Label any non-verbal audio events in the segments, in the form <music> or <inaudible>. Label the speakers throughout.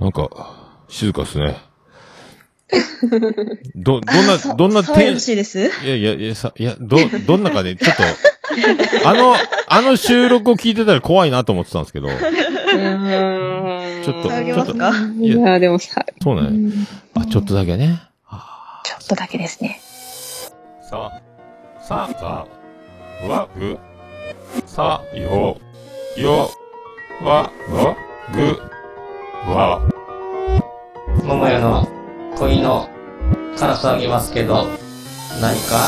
Speaker 1: なんか、静かっすね。ど、どん
Speaker 2: <laughs>
Speaker 1: な、どんな
Speaker 2: テ
Speaker 1: テ
Speaker 2: ン
Speaker 1: ン
Speaker 2: しいです
Speaker 1: いやいや、いや、さ、いや、ど、どんなかで、ちょっと、 <laughs> あの、あの収録を聞いてたら怖いなと思ってたんですけど、
Speaker 3: ーん
Speaker 1: ちょっと
Speaker 2: 下げますか
Speaker 1: い
Speaker 3: い
Speaker 1: や
Speaker 3: や、でもさ、
Speaker 1: そうな
Speaker 3: う
Speaker 1: のよ
Speaker 3: ん
Speaker 1: あ、ちょっとだけね。
Speaker 3: ちょっとだけですね。
Speaker 1: さ、さ、さ、わ、ぐ、さ、よ、よ、わ、わ、ぐ、わ。
Speaker 4: 桃屋の恋の辛さあげますけど、何か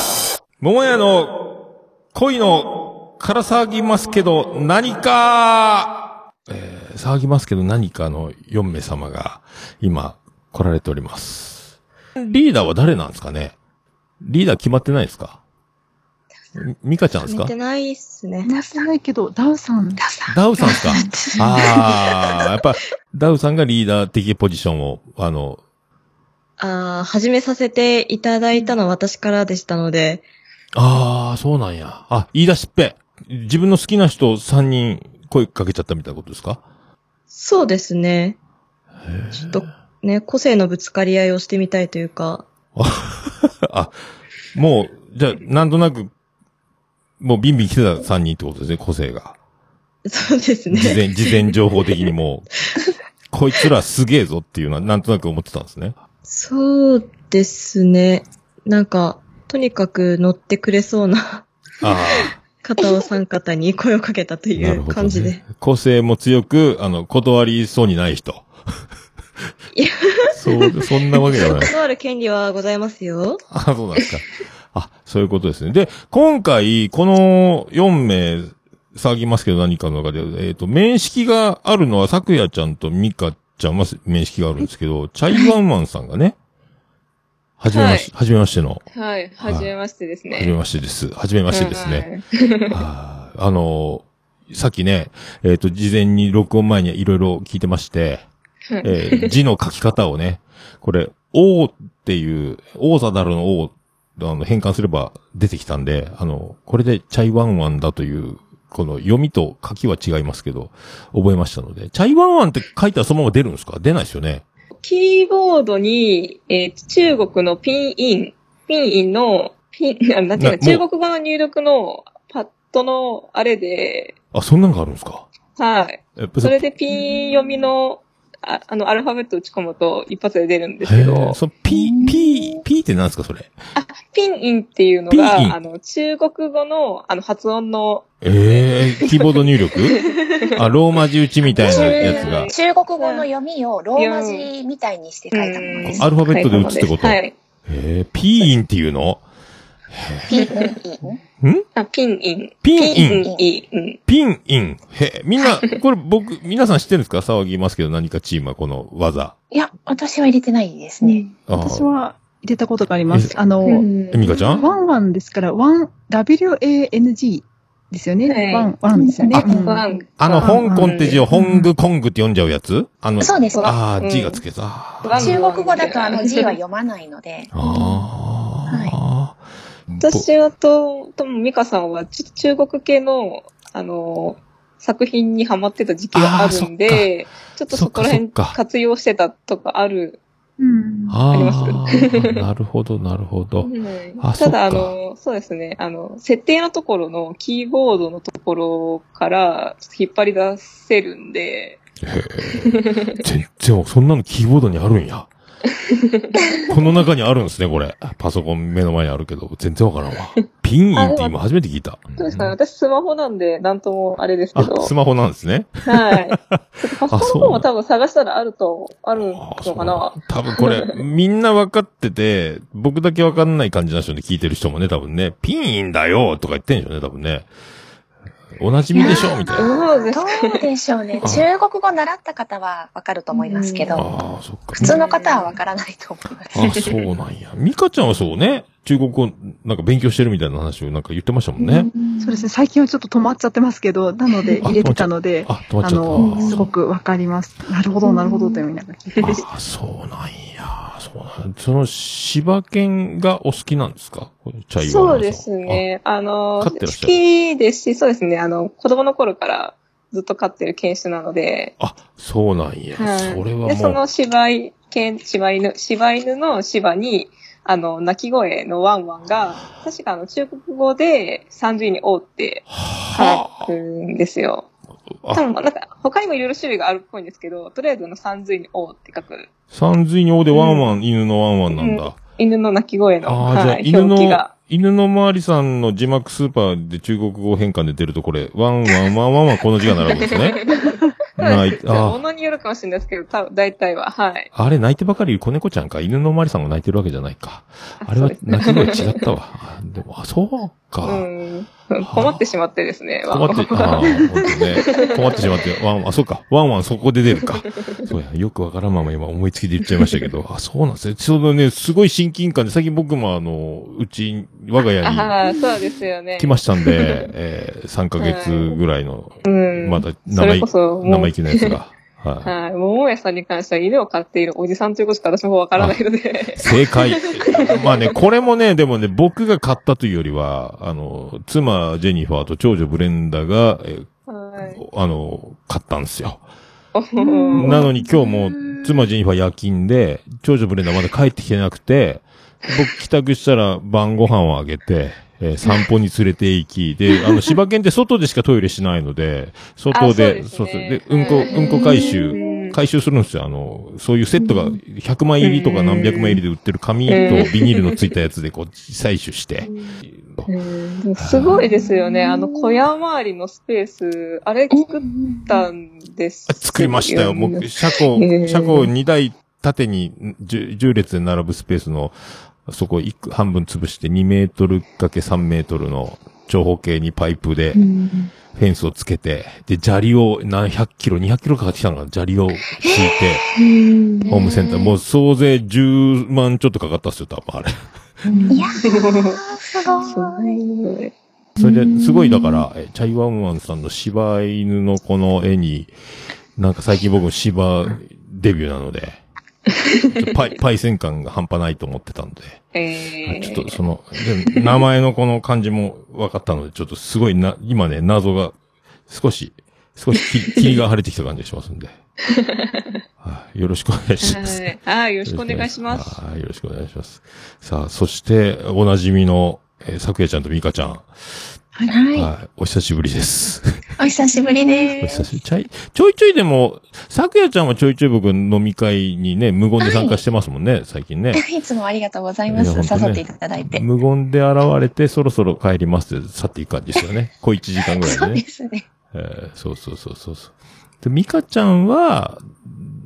Speaker 1: 桃屋の恋のから騒ぎますけど何か、えー、騒ぎますけど何かの4名様が今来られております。リーダーは誰なんですかねリーダー決まってないですかみミカちゃんですか
Speaker 2: 寝てないっすね。
Speaker 5: なさないけど、ダウさん。
Speaker 3: ダさん。
Speaker 1: ダウさんですかああ、やっぱダウさんがリーダー的ポジションを、あの、
Speaker 2: ああ、始めさせていただいたのは私からでしたので、
Speaker 1: ああ、そうなんや。あ、言い出しっぺ。自分の好きな人3人声かけちゃったみたいなことですか
Speaker 2: そうですね。ちょっとね、個性のぶつかり合いをしてみたいというか、
Speaker 1: あ、もう、じゃあ、なんとなく、もうビンビン来てた3人ってことですね、個性が。
Speaker 2: そうですね。
Speaker 1: 事前、
Speaker 2: <laughs>
Speaker 1: 事前情報的にもう、こいつらすげえぞっていうのは、なんとなく思ってたんですね。
Speaker 2: そうですね。なんか、とにかく乗ってくれそうな <laughs>
Speaker 1: あ
Speaker 2: 方を三方に声をかけたと
Speaker 1: あ、
Speaker 2: い
Speaker 1: なる
Speaker 2: う
Speaker 1: ほど、
Speaker 2: 感じで。
Speaker 1: ね。個性も強く、あの、断りそうにない人。
Speaker 2: いや
Speaker 1: そう、そんなわけじゃない。
Speaker 2: 断る権利はございますよ。
Speaker 1: あ、そうなんですか。あ、そういうことですね。で、今回、この4名、騒ぎますけど何かの中で、えっ、と、面識があるのは、さくやちゃんとみかちゃんは面識があるんですけど、チャイワンマンさんがね、はじめまし、はじめましての、
Speaker 3: はい、
Speaker 1: はい
Speaker 3: はじめましてですね。
Speaker 1: はじめましてです。はじめましてですね。あーあのーさっきね、えっ、と、事前に録音前にいろいろ聞いてまして、
Speaker 3: はい。はい。
Speaker 1: えー字の書き方をね、これ、王っていう、王貞るの王、あの、変換すれば出てきたんで、あの、これでチャイワンワンだという、この読みと書きは違いますけど、覚えましたので、チャイワンワンって書いたらそのまま出るんですか出ないですよね。
Speaker 3: キーボードに、えー中国のピンイン、ピンインの、ピン、 <laughs> あなんてい
Speaker 1: な
Speaker 3: うの、
Speaker 1: もう
Speaker 3: 中国語の入力のパッドのあれで、
Speaker 1: あ、そんなのがあるんですか
Speaker 3: はい。
Speaker 1: えそ
Speaker 3: それでピン読みの、ああの、アルファベット打ち込むと一発で出るんです
Speaker 1: へ
Speaker 3: け
Speaker 1: ー
Speaker 3: ど、
Speaker 1: その、ピ、ピ、ピってなんですかそれ。
Speaker 3: ピンインっていうの
Speaker 1: ピンイン
Speaker 3: が、あの、中国語の、あの、発音の、
Speaker 1: ええー、キーボード入力あ、ローマ字打ちみたいなやつが。
Speaker 6: 中国語の読みをローマ字みたいにして書いたものです。
Speaker 1: アルファベットで打つってこと
Speaker 3: はい。
Speaker 1: えー、ピーインっていうの
Speaker 6: P <laughs> うん
Speaker 3: あ、ピンイン。
Speaker 1: ピンイン
Speaker 3: ピンイン。
Speaker 1: ピンイン。へ、みんな、これ僕、皆さん知ってるんですか騒ぎますけど何かチームはこの技。
Speaker 6: いや、私は入れてないです
Speaker 5: う
Speaker 6: ね。
Speaker 5: ん
Speaker 1: あー
Speaker 5: 私は入れたことがありま
Speaker 1: え
Speaker 5: す。あの、
Speaker 1: え、ミカちゃん
Speaker 5: ワンワンですから、ワン、WANG ですよ
Speaker 3: はい
Speaker 5: ね。ワン、ワンですよね。
Speaker 1: あ
Speaker 5: うん
Speaker 3: ワン。
Speaker 1: あの、香港って字を
Speaker 5: うん
Speaker 1: ホングコングって読んじゃうやつあの、
Speaker 6: そうですね。
Speaker 1: あ
Speaker 3: う
Speaker 1: あ、
Speaker 3: ん
Speaker 1: 字がつけた。あー。
Speaker 3: ワン
Speaker 6: 中国語だとあの字は読まないの <laughs> で
Speaker 1: あー。
Speaker 3: 私はと、ともみかさんは、ち中国系の、あの、作品にハマってた時期があるんで、ちょっとそこら辺
Speaker 1: そっかそっか
Speaker 3: 活用してたとかある。
Speaker 5: うん
Speaker 1: あ
Speaker 3: あ
Speaker 1: ー <laughs> なるほど、なるほど。あそ
Speaker 3: た
Speaker 1: っか
Speaker 3: だ、あの、そうですね、あの、設定のところのキーボードのところから、ちょっと引っ張り出せるんで、
Speaker 1: <laughs> 全然、そんなのキーボードにあるん
Speaker 3: <laughs>
Speaker 1: や。この中にあるんですね、これ。パソコン目の前にあるけど、全然わからんわ。ピンインって今初めて聞いた。
Speaker 3: そうですかね、私スマホなんで、なんともあれですけど
Speaker 1: あ、、スマホなんですね。
Speaker 3: はい。
Speaker 1: <laughs>
Speaker 3: ちょっとパソコンの方も
Speaker 1: あそ
Speaker 3: 多分探したらあると、ある
Speaker 1: あ
Speaker 3: の
Speaker 1: ーそう
Speaker 3: かな。
Speaker 1: 多分これ、みんな分かってて、僕だけ分かんない感じなんでしょうね、聞いてる人もね、多分ね。ピンインだよとか言ってんでしょうね、多分ね。お馴染みでしょみたいな。
Speaker 3: そうです
Speaker 6: どうでしょうね。中国語習った方はわかると思いますけど、
Speaker 1: ああ、そっか。
Speaker 6: 普通の方はわからないと思います。
Speaker 1: あ、そうなんや。ミカちゃんはそうね、中国語なんか勉強してるみたいな話をなんか言ってましたもんね。
Speaker 5: そうですね。最近はちょっと止まっちゃってますけど、なので入れてたので、
Speaker 1: あ、止まっ
Speaker 5: あ
Speaker 1: ちゃ
Speaker 5: の、
Speaker 1: った。
Speaker 5: すごくわかります。なるほど、なるほどってみんなが聞いてました。
Speaker 1: あ、そうなんや。そうなんその、柴犬がお好きなんですかチャイワンさん
Speaker 3: そうです。ね。あの、
Speaker 1: 飼
Speaker 3: 好
Speaker 1: ってらっしゃる
Speaker 3: きですし、そうですね。あの、子供の頃からずっと飼ってる犬種なので、
Speaker 1: あ、そうなんや。
Speaker 3: はい
Speaker 1: それは
Speaker 3: で、そ
Speaker 1: もう
Speaker 3: の、柴犬、柴犬、柴犬の柴に、あの、鳴き声のワンワンが、確かあの、中国語で30位に王って書
Speaker 1: は
Speaker 3: くんですよ。
Speaker 1: あ
Speaker 3: 多分、なんか、他にもいろいろ種類があるっぽいんですけど、とりあえずあの、30位に王って書く、
Speaker 1: 三髄に王でワンワン、犬のワンワンなんだ。
Speaker 3: う犬の鳴き声の、
Speaker 1: ああ、じゃあ、
Speaker 3: はい、
Speaker 1: 犬
Speaker 3: 表記
Speaker 1: の
Speaker 3: が。、
Speaker 1: 犬の周りさんの字幕スーパーで中国語変換で出るとこれ、ワンワンワンワンワンこの字が並ぶんです
Speaker 3: <laughs>
Speaker 1: ね。ない、
Speaker 3: も
Speaker 1: あ
Speaker 3: のによるかもしれないですけど、多分、大体は、はい。
Speaker 1: あ、あれ泣いてばかりいる子猫ちゃんか、犬の周りさんが泣いてるわけじゃないか。あれ
Speaker 3: そう
Speaker 1: は
Speaker 3: ですね
Speaker 1: 泣き声違ったわ。あでも、あ、そうか。
Speaker 3: うん。困ってしまってですね、ワン
Speaker 1: 困
Speaker 3: ワン
Speaker 1: って、ああ、本当ね。困ってしまって、ワンワン、あ、そうか、ワンワンそこで出る
Speaker 3: <laughs>
Speaker 1: か。そうや、よくわからんまま今思いつきで言っちゃいましたけど、あ、そうなんですね。そのね、すごい親近感で、最近僕もあの、うち、我が家に、
Speaker 3: ああ、そうですよね。
Speaker 1: 来ましたんで、えー、3ヶ月ぐらいの、
Speaker 3: うん。
Speaker 1: まだ
Speaker 3: そ
Speaker 1: 生
Speaker 3: れ
Speaker 1: 意
Speaker 3: こ
Speaker 1: 気、
Speaker 3: そ、も
Speaker 1: 生
Speaker 3: う
Speaker 1: 意気なやつ
Speaker 3: <laughs>
Speaker 1: が。は
Speaker 3: はい。桃屋さんに関しては犬を飼っているおじさんということしか私もわからないので
Speaker 1: い。。正解。まあね、これもね、でもね、僕が買ったというよりは、あの、妻ジェニファーと長女ブレンダが、えー
Speaker 3: はい。
Speaker 1: あの、買ったんですよ。
Speaker 5: うん
Speaker 1: なのに今日も、妻ジェニファー夜勤で、長女ブレンダまだ帰ってきてなくて、僕帰宅したら晩ご飯をあげて、えー散歩に連れて行き、で、あの、柴犬って外でしかトイレしないので、外で、
Speaker 3: あ
Speaker 1: そ
Speaker 3: そうう
Speaker 1: そう
Speaker 3: ですね
Speaker 1: で、うんこ、うんこ回収、
Speaker 3: うん
Speaker 1: 回収するんですよ。あの、そういうセットが100枚入りとか何百枚入りで売ってる紙とビニールのついたやつでこう採取して。
Speaker 3: うんでもすごいですよね。あの、小屋周りのスペース、あれ作ったんですよね。
Speaker 1: 作りましたよ。もう、車庫
Speaker 3: え、ー
Speaker 1: 車庫2台縦に 10, 10列で並ぶスペースの、そこ一個半分潰して2メートルかけ3メートルの長方形にパイプで、フェンスをつけて、で、砂利を何百キロ、200キロかかってきたのかな、砂利を敷いて、ホームセンター、もう総勢10万ちょっとかかったっすよ、多分あれ。
Speaker 6: すごい。
Speaker 3: すごい。
Speaker 1: それで、すごいだから、えチャイワンワンさんの柴犬のこの絵に、なんか最近僕も柴デビューなので、ちょっとパ
Speaker 3: <laughs>
Speaker 1: イ、パイセン感が半端ないと思ってたので、は
Speaker 3: え
Speaker 1: い
Speaker 3: え
Speaker 1: ちょっとその、で名前のこの漢字も分かったので、ちょっとすごいな、今ね、謎が、少し、少し
Speaker 3: <laughs>
Speaker 1: き霧が晴れてきた感じがしますんで、はいよろしくお願いします。
Speaker 3: はい。はい。よろしくお願いします。
Speaker 1: はい、よろしくお願いします。さあ、そして、おなじみの、えー、さくやちゃんとみかちゃん。
Speaker 6: はい。
Speaker 1: はい。お久しぶりです。
Speaker 6: お久しぶり
Speaker 1: お
Speaker 6: です。
Speaker 1: 久しぶり。ちょい、ちょいちょいでも、さくやちゃんはちょいちょい僕飲み会にね、無言で参加してますもんね、最近ね。
Speaker 6: いつもありがとうございま
Speaker 1: い
Speaker 6: す。
Speaker 1: や本当ね
Speaker 6: 誘っていただいて。
Speaker 1: 無言で現れて、そろそろ帰りますって去っていく感じですよ
Speaker 5: <laughs>
Speaker 1: ね。小一時間ぐらい
Speaker 6: そ
Speaker 1: で
Speaker 6: う
Speaker 1: ね
Speaker 6: で。すね。
Speaker 1: えーそうそうそうそうそう。で、ミカちゃんは、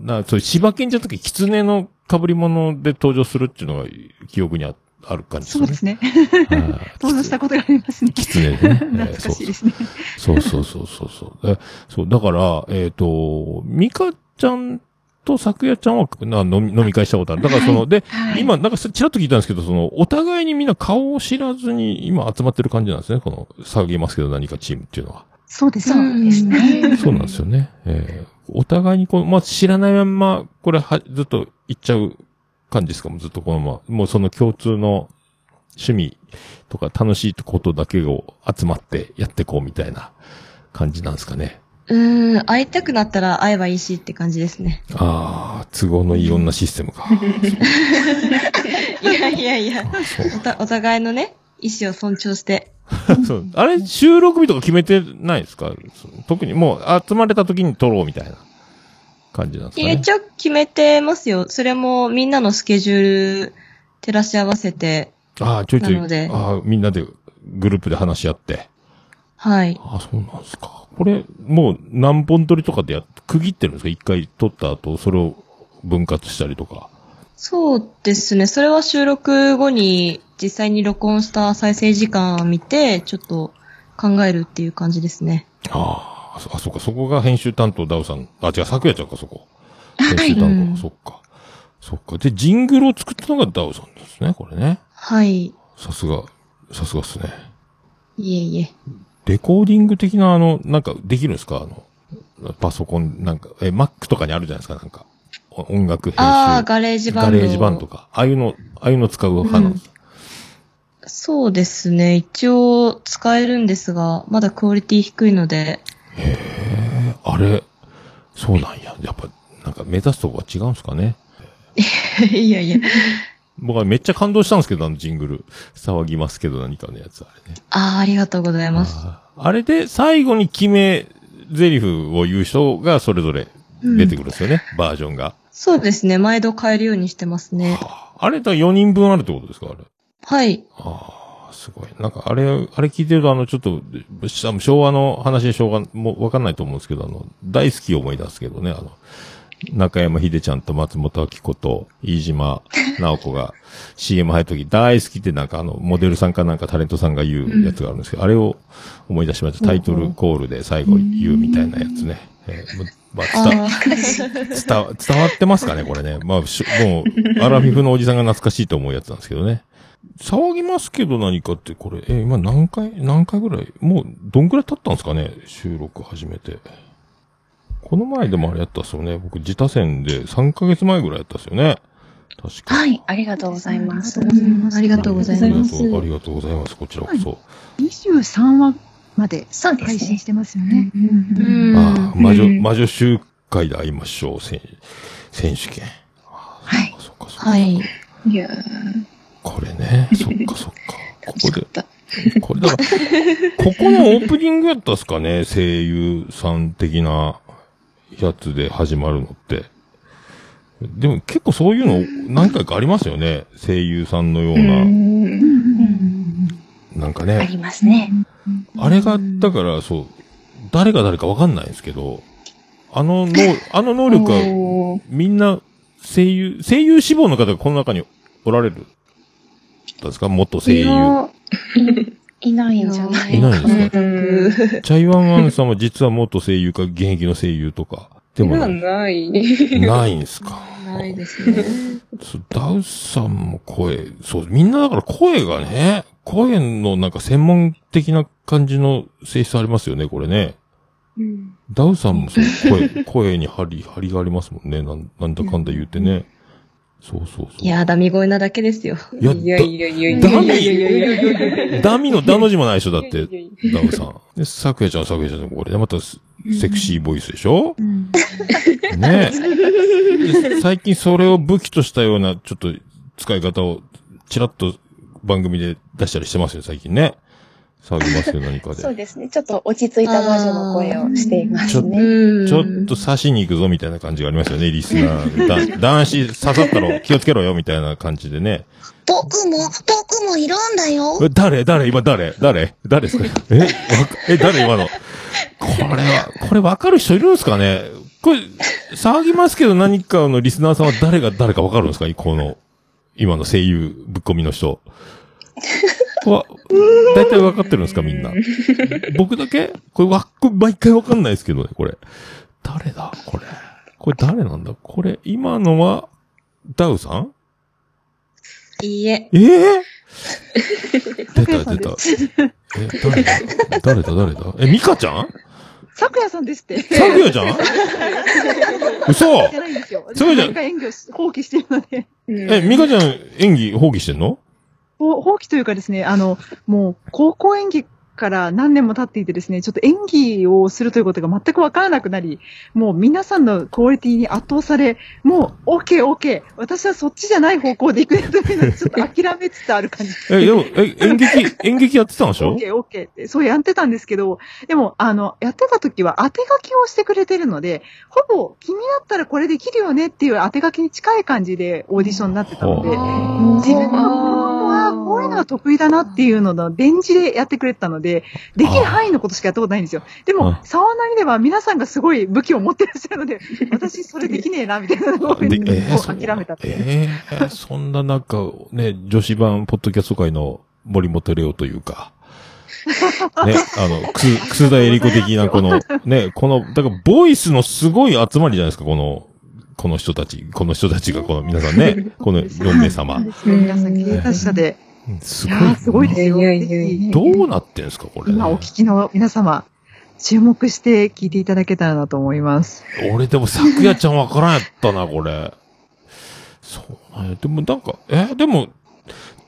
Speaker 1: な、そう、柴犬じゃなくて、狐の被り物で登場するっていうのが記憶にあある感じです
Speaker 5: そ
Speaker 1: よ
Speaker 5: う
Speaker 1: ね。
Speaker 5: ですね。
Speaker 1: ね。
Speaker 5: <laughs> 登場したことがありますね。
Speaker 1: 狐ね。えー
Speaker 5: <laughs> 懐か
Speaker 1: そう
Speaker 5: しいですね。
Speaker 1: そうそうそうそうそう。え、そう、だから、えっ、と、ミカちゃんとさくやちゃんはな飲み飲み会したことある。だからその、で、
Speaker 6: はい。
Speaker 1: 今、なんかさちらっと聞いたんですけど、その、お互いにみんな顔を知らずに今集まってる感じなんですね。この、騒ぎますけど何かチームっていうのは。
Speaker 5: そうです
Speaker 6: そ
Speaker 5: ね。
Speaker 6: うです <laughs> ね。
Speaker 1: そうなんですよね。えーお互いにこの、まあ、知らないまんま、これは、ずっと行っちゃう感じですかもうずっとこのまま。もうその共通の趣味とか楽しいことだけを集まってやってこうみたいな感じなんですかね。
Speaker 2: うーん、会いたくなったら会えばいいしって感じですね。
Speaker 3: <laughs>
Speaker 1: ああ、都合のいい女システムか。
Speaker 2: いやいやいや、
Speaker 1: あそう
Speaker 2: おたお互いのね、意思を尊重して。
Speaker 1: <laughs> そうあれ、収録日とか決めてないですかその特にもう集まれた時に撮ろうみたいな感じなんです
Speaker 2: い
Speaker 1: か
Speaker 2: や、
Speaker 1: ね。
Speaker 2: 一応決めてますよ。それもみんなのスケジュール照らし合わせて、
Speaker 1: ああ、ちょいち
Speaker 2: な
Speaker 1: ょ
Speaker 2: の
Speaker 1: い
Speaker 2: で。
Speaker 1: ああ、みんなでグループで話し合って。
Speaker 2: はい。
Speaker 1: ああ、そうなんですか。これ、もう何本撮りとかでやっ区切ってるんですか一回撮った後、それを分割したりとか。
Speaker 2: そうですね。それは収録後に実際に録音した再生時間を見て、ちょっと考えるっていう感じですね。
Speaker 1: ああ、そあ、そっか、そこが編集担当、ダウさん。あ、違う、昨夜ちゃんか、そこ。編集担当、
Speaker 2: うん
Speaker 1: そっか。そっか。で、ジングルを作ったのがダウさんですね、これね。
Speaker 2: はい。い
Speaker 1: さすが、さすがっすね。
Speaker 2: えいえ。
Speaker 1: レコーディング的な、あの、なんか、できるんですかあの、パソコン、なんか、え、Mac とかにあるじゃないですか、なんか。お音楽編集。
Speaker 2: ああ、ガレージバン
Speaker 1: ガ
Speaker 2: ド。
Speaker 1: レージバンとか。ああいうの、ああいうの使う派なんです。
Speaker 2: そうですね。一応使えるんですが、まだクオリティ低いので、
Speaker 1: あれ、そうなんや。やっぱ、なんか目指すとこは違うんすかね。
Speaker 2: <laughs> いやいや。
Speaker 1: 僕はめっちゃ感動したんですけど、あのジングル。騒ぎますけど何かのやつ、あれね。
Speaker 2: ああ、ありがとうございます。
Speaker 1: あーあれで最後に決め、台詞を言う人がそれぞれ出てくるんですよね、バージョンが。
Speaker 2: そうですね。毎度変えるようにしてますね。
Speaker 1: はああれだ4人分あるってことですかあれ。
Speaker 2: はい。
Speaker 1: ああ、すごい。なんかあれ、あれ聞いてるとあの、ちょっと、しあの昭和の話で昭和もわかんないと思うんですけど、あの、大好き思い出すけどね、あの、中山秀ちゃんと松本明子と飯島直子が CM 入るとき、大好きってなんかあの、モデルさんかなんかタレントさんが言うやつがあるんですけど、あれを思い出しました。タイトルコールで最後言うみたいなやつね。えーまあ、伝わ
Speaker 2: あー
Speaker 1: 伝わ伝わってますかね、これね。まあ、しもう、アラフィフのおじさんが懐かしいと思うやつなんですけどね。騒ぎますけど何かって、これ、え、今何回、何回ぐらいもう、どんぐらい経ったんですかね収録始めて。この前でもあれやったっすよね。僕、自他戦で3ヶ月前ぐらいやったっすよね。確か。
Speaker 6: はい、ありがとうございます。
Speaker 2: ありがとうございます。
Speaker 1: ありがとうございます。こちらこそ。
Speaker 5: 23話まで
Speaker 6: そうで
Speaker 5: 配
Speaker 6: すね
Speaker 5: 信。してますよね。
Speaker 2: う
Speaker 1: ああ、
Speaker 2: ん。
Speaker 1: 魔
Speaker 6: う
Speaker 1: 女、
Speaker 6: ん
Speaker 1: 魔女集会で会いましょう。選選手権。
Speaker 6: はい。
Speaker 1: そっかそっか。
Speaker 2: はい。
Speaker 3: いやー、
Speaker 1: これね。そっかそっか。こ
Speaker 3: 楽
Speaker 1: こ
Speaker 3: しか
Speaker 1: で
Speaker 3: っ。た。
Speaker 1: これだから、ここのオープニングやったっすかね声優さん的なやつで始まるのって。でも結構そういうの何回かありますよね。声優さんのよう
Speaker 3: う
Speaker 1: な、
Speaker 3: ん。
Speaker 1: なんか
Speaker 6: あ
Speaker 1: ね。
Speaker 6: りますね。
Speaker 1: あれが、だからそう、誰が誰かわかんないんですけど、あの能、あの能力は
Speaker 3: おー
Speaker 1: みんな声優、声優志望の方がこの中におられる。どうですか元声優。
Speaker 6: いないんじゃない
Speaker 1: いないんですか
Speaker 3: うん。
Speaker 1: チャイワンワンさんは実は元声優か現役の声優とか。でも
Speaker 3: 今
Speaker 1: な
Speaker 3: ない。
Speaker 1: ないんですか。
Speaker 2: ないですね。
Speaker 1: そうダウさんも声、そう、みんなだから声がね、声のなんか専門的な感じの性質ありますよね、これね。ダウさんもそう、
Speaker 3: <laughs>
Speaker 1: 声、声に張り、張りがありますもんね。なんなんだかんだ言ってね。そうそうそう。
Speaker 2: <laughs> いやー、ダミ声なだけですよ。
Speaker 1: いや、
Speaker 3: いやいやいやいやい
Speaker 1: ダ
Speaker 3: や
Speaker 1: ミ
Speaker 3: いやいやいやいやいやいやいや。
Speaker 1: だダミのダの字もないでしょ、だって
Speaker 3: い。やいやいや
Speaker 1: ダウさん。で、さくやちゃんはさくやちゃんでこれでまたセクシーボイスでしょ
Speaker 5: うん
Speaker 1: ねえ。で最近それを武器としたような、ちょっと使い方を、ちらっと番組で出したりしてますよ、最近ね。騒ぎますよ、何か
Speaker 6: そう
Speaker 1: で。
Speaker 6: ですね。ちょっと落ち着いたバージョンの声をしていますね。
Speaker 2: うん。
Speaker 1: ちょっと刺しに行くぞ、みたいな感じがありますよね、リスナー。
Speaker 6: <laughs>
Speaker 1: だ男子刺さったろ、気をつけろよ、みたいな感じでね。
Speaker 7: 僕も、僕もいるんだよ。
Speaker 1: え誰誰今誰誰誰ですかえわかえ、誰今のこれは、これわかる人いるんですかねこれ、騒ぎますけど何かのリスナーさんは誰が誰かわかるんですかこの、今の声優ぶっ込みの人。わ、だいたいわかってるんですかみんな。僕だけこれわ、これ毎回わかんないですけどね、これ。誰だこれ。これ誰なんだこれ、今のは、ダウさん
Speaker 2: いいえ。
Speaker 1: ええ出
Speaker 5: や
Speaker 1: た
Speaker 5: さん
Speaker 1: 出た
Speaker 5: で。
Speaker 1: え、誰だ誰だ誰だえ、ミカちゃん
Speaker 5: さくやさんですって。
Speaker 1: サクヤちゃん嘘
Speaker 5: <laughs> じゃないんですよ。
Speaker 1: そうじゃん
Speaker 5: 自分が演技をし放棄してるので。
Speaker 1: え、ミカちゃん演技放棄してんの
Speaker 5: ほ放棄というかですね、あの、もう、高校演技から何年も経っていてですね、ちょっと演技をするということが全くわからなくなり、もう皆さんのクオリティに圧倒され、もう、OK、OK、私はそっちじゃない方向で行くねというのをちょっと諦めつつある感じ。
Speaker 1: え、でも、え、演
Speaker 5: <laughs>
Speaker 1: 劇、演劇やってたんでしょ
Speaker 5: OK、OK って、そうやってたんですけど、でも、あの、やってた時は当て書きをしてくれてるので、ほぼ、君だったらこれできるよねっていう当て書きに近い感じでオーディションになってたので、自分のこはこういうのが得意だなっていうののレンジでやってくれてたので、できる範囲のことしかやったことないんですよ。で
Speaker 1: うん
Speaker 5: も、沢なりでは皆さんがすごい武器を持ってらっし
Speaker 1: <laughs>
Speaker 5: ゃるので、私それできねえな、みたいなのを
Speaker 1: あでえー、そう
Speaker 5: 諦めたっていう。
Speaker 1: えー、そんな中、ね、女子版ポッドキャスト界の森本レオというか、
Speaker 5: <laughs>
Speaker 1: ね、あの、くす、くすだえりこ的なこの、ね、この、だからボイスのすごい集まりじゃないですか、この、この人たち、この人たちが、この皆さんね、この4名
Speaker 5: <laughs>
Speaker 1: 様。
Speaker 5: 皆さん、経営達者で。
Speaker 1: す
Speaker 5: い
Speaker 1: ご
Speaker 5: や
Speaker 1: い。
Speaker 5: ーすごいですよ。
Speaker 3: いやいやいやいや
Speaker 5: ぜひ
Speaker 1: どうなってんすか、これ。
Speaker 5: 今お聞きの皆様、注目して聞いていただけたらなと思います。
Speaker 1: 俺でも、さくやちゃんわからんやったな、これ。そうなんや。でもなんか、え、でも、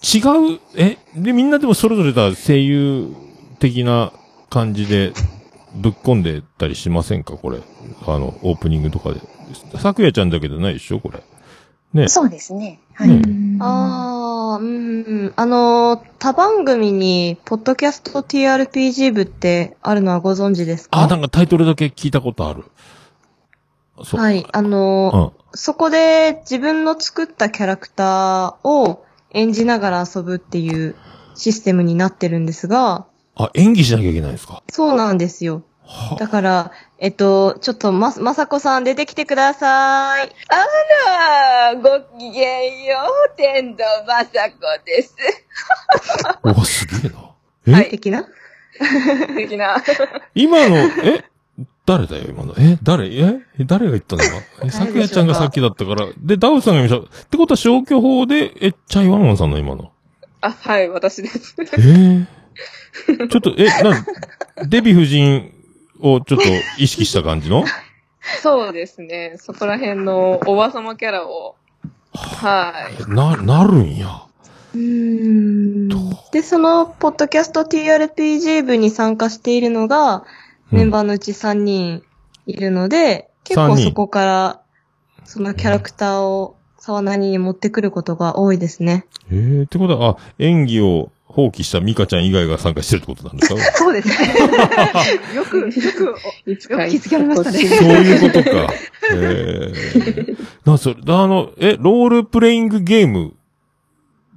Speaker 1: 違う、え、で、みんなでもそれぞれだ、声優的な感じで、ぶっ込んでたりしませんかこれ。あの、オープニングとかで。昨夜ちゃんだけじゃないでしょこれ。ね。
Speaker 6: そうですね。はい。
Speaker 1: ね
Speaker 2: ああ、うん。あの、他番組に、ポッドキャスト TRPG 部ってあるのはご存知ですか
Speaker 1: あ、なんかタイトルだけ聞いたことある。そう。
Speaker 2: はい。あの、
Speaker 1: うん。
Speaker 2: そこで自分の作ったキャラクターを演じながら遊ぶっていうシステムになってるんですが、
Speaker 1: あ、演技しなきゃいけないんですか
Speaker 2: そうなんですよ。
Speaker 1: は
Speaker 2: だから、えっと、ちょっとま、まさこさん出てきてください。
Speaker 3: あら、ごきげんよう、天童まさこです。
Speaker 1: うわ、すげえな。
Speaker 3: は
Speaker 1: え
Speaker 3: い
Speaker 2: 的な
Speaker 3: 的な。
Speaker 1: 今の、え誰だよ、今の。え誰え誰が言ったのかえ、さくやちゃんがさっきだったから。で、ダウさんが見ました。ってことは消去法で、え、チャイワンワンさんの今の。
Speaker 3: あ、はい、私です。
Speaker 1: えーちょっと、え、な、デヴィ夫人をちょっと意識した感じの
Speaker 3: そうですね。そこら辺のおばさまキャラを。はい。
Speaker 1: な、なるんや。
Speaker 2: うん。で、その、ポッドキャスト TRPG 部に参加しているのが、メンバーのうち3人いるので、結
Speaker 1: 3
Speaker 2: 構
Speaker 1: 人
Speaker 2: そこから、そのキャラクターを沢なりに持ってくることが多いですね。
Speaker 1: えー、ってことは、あ、演技を放棄したミカちゃん以外が参加してるってことなんですか
Speaker 5: そうです
Speaker 2: <laughs>
Speaker 5: ね。よく、よく、
Speaker 3: いつ
Speaker 5: よく気づきありましたね。
Speaker 1: そういうことか。えー、な、それ、あの、え、ロールプレイングゲーム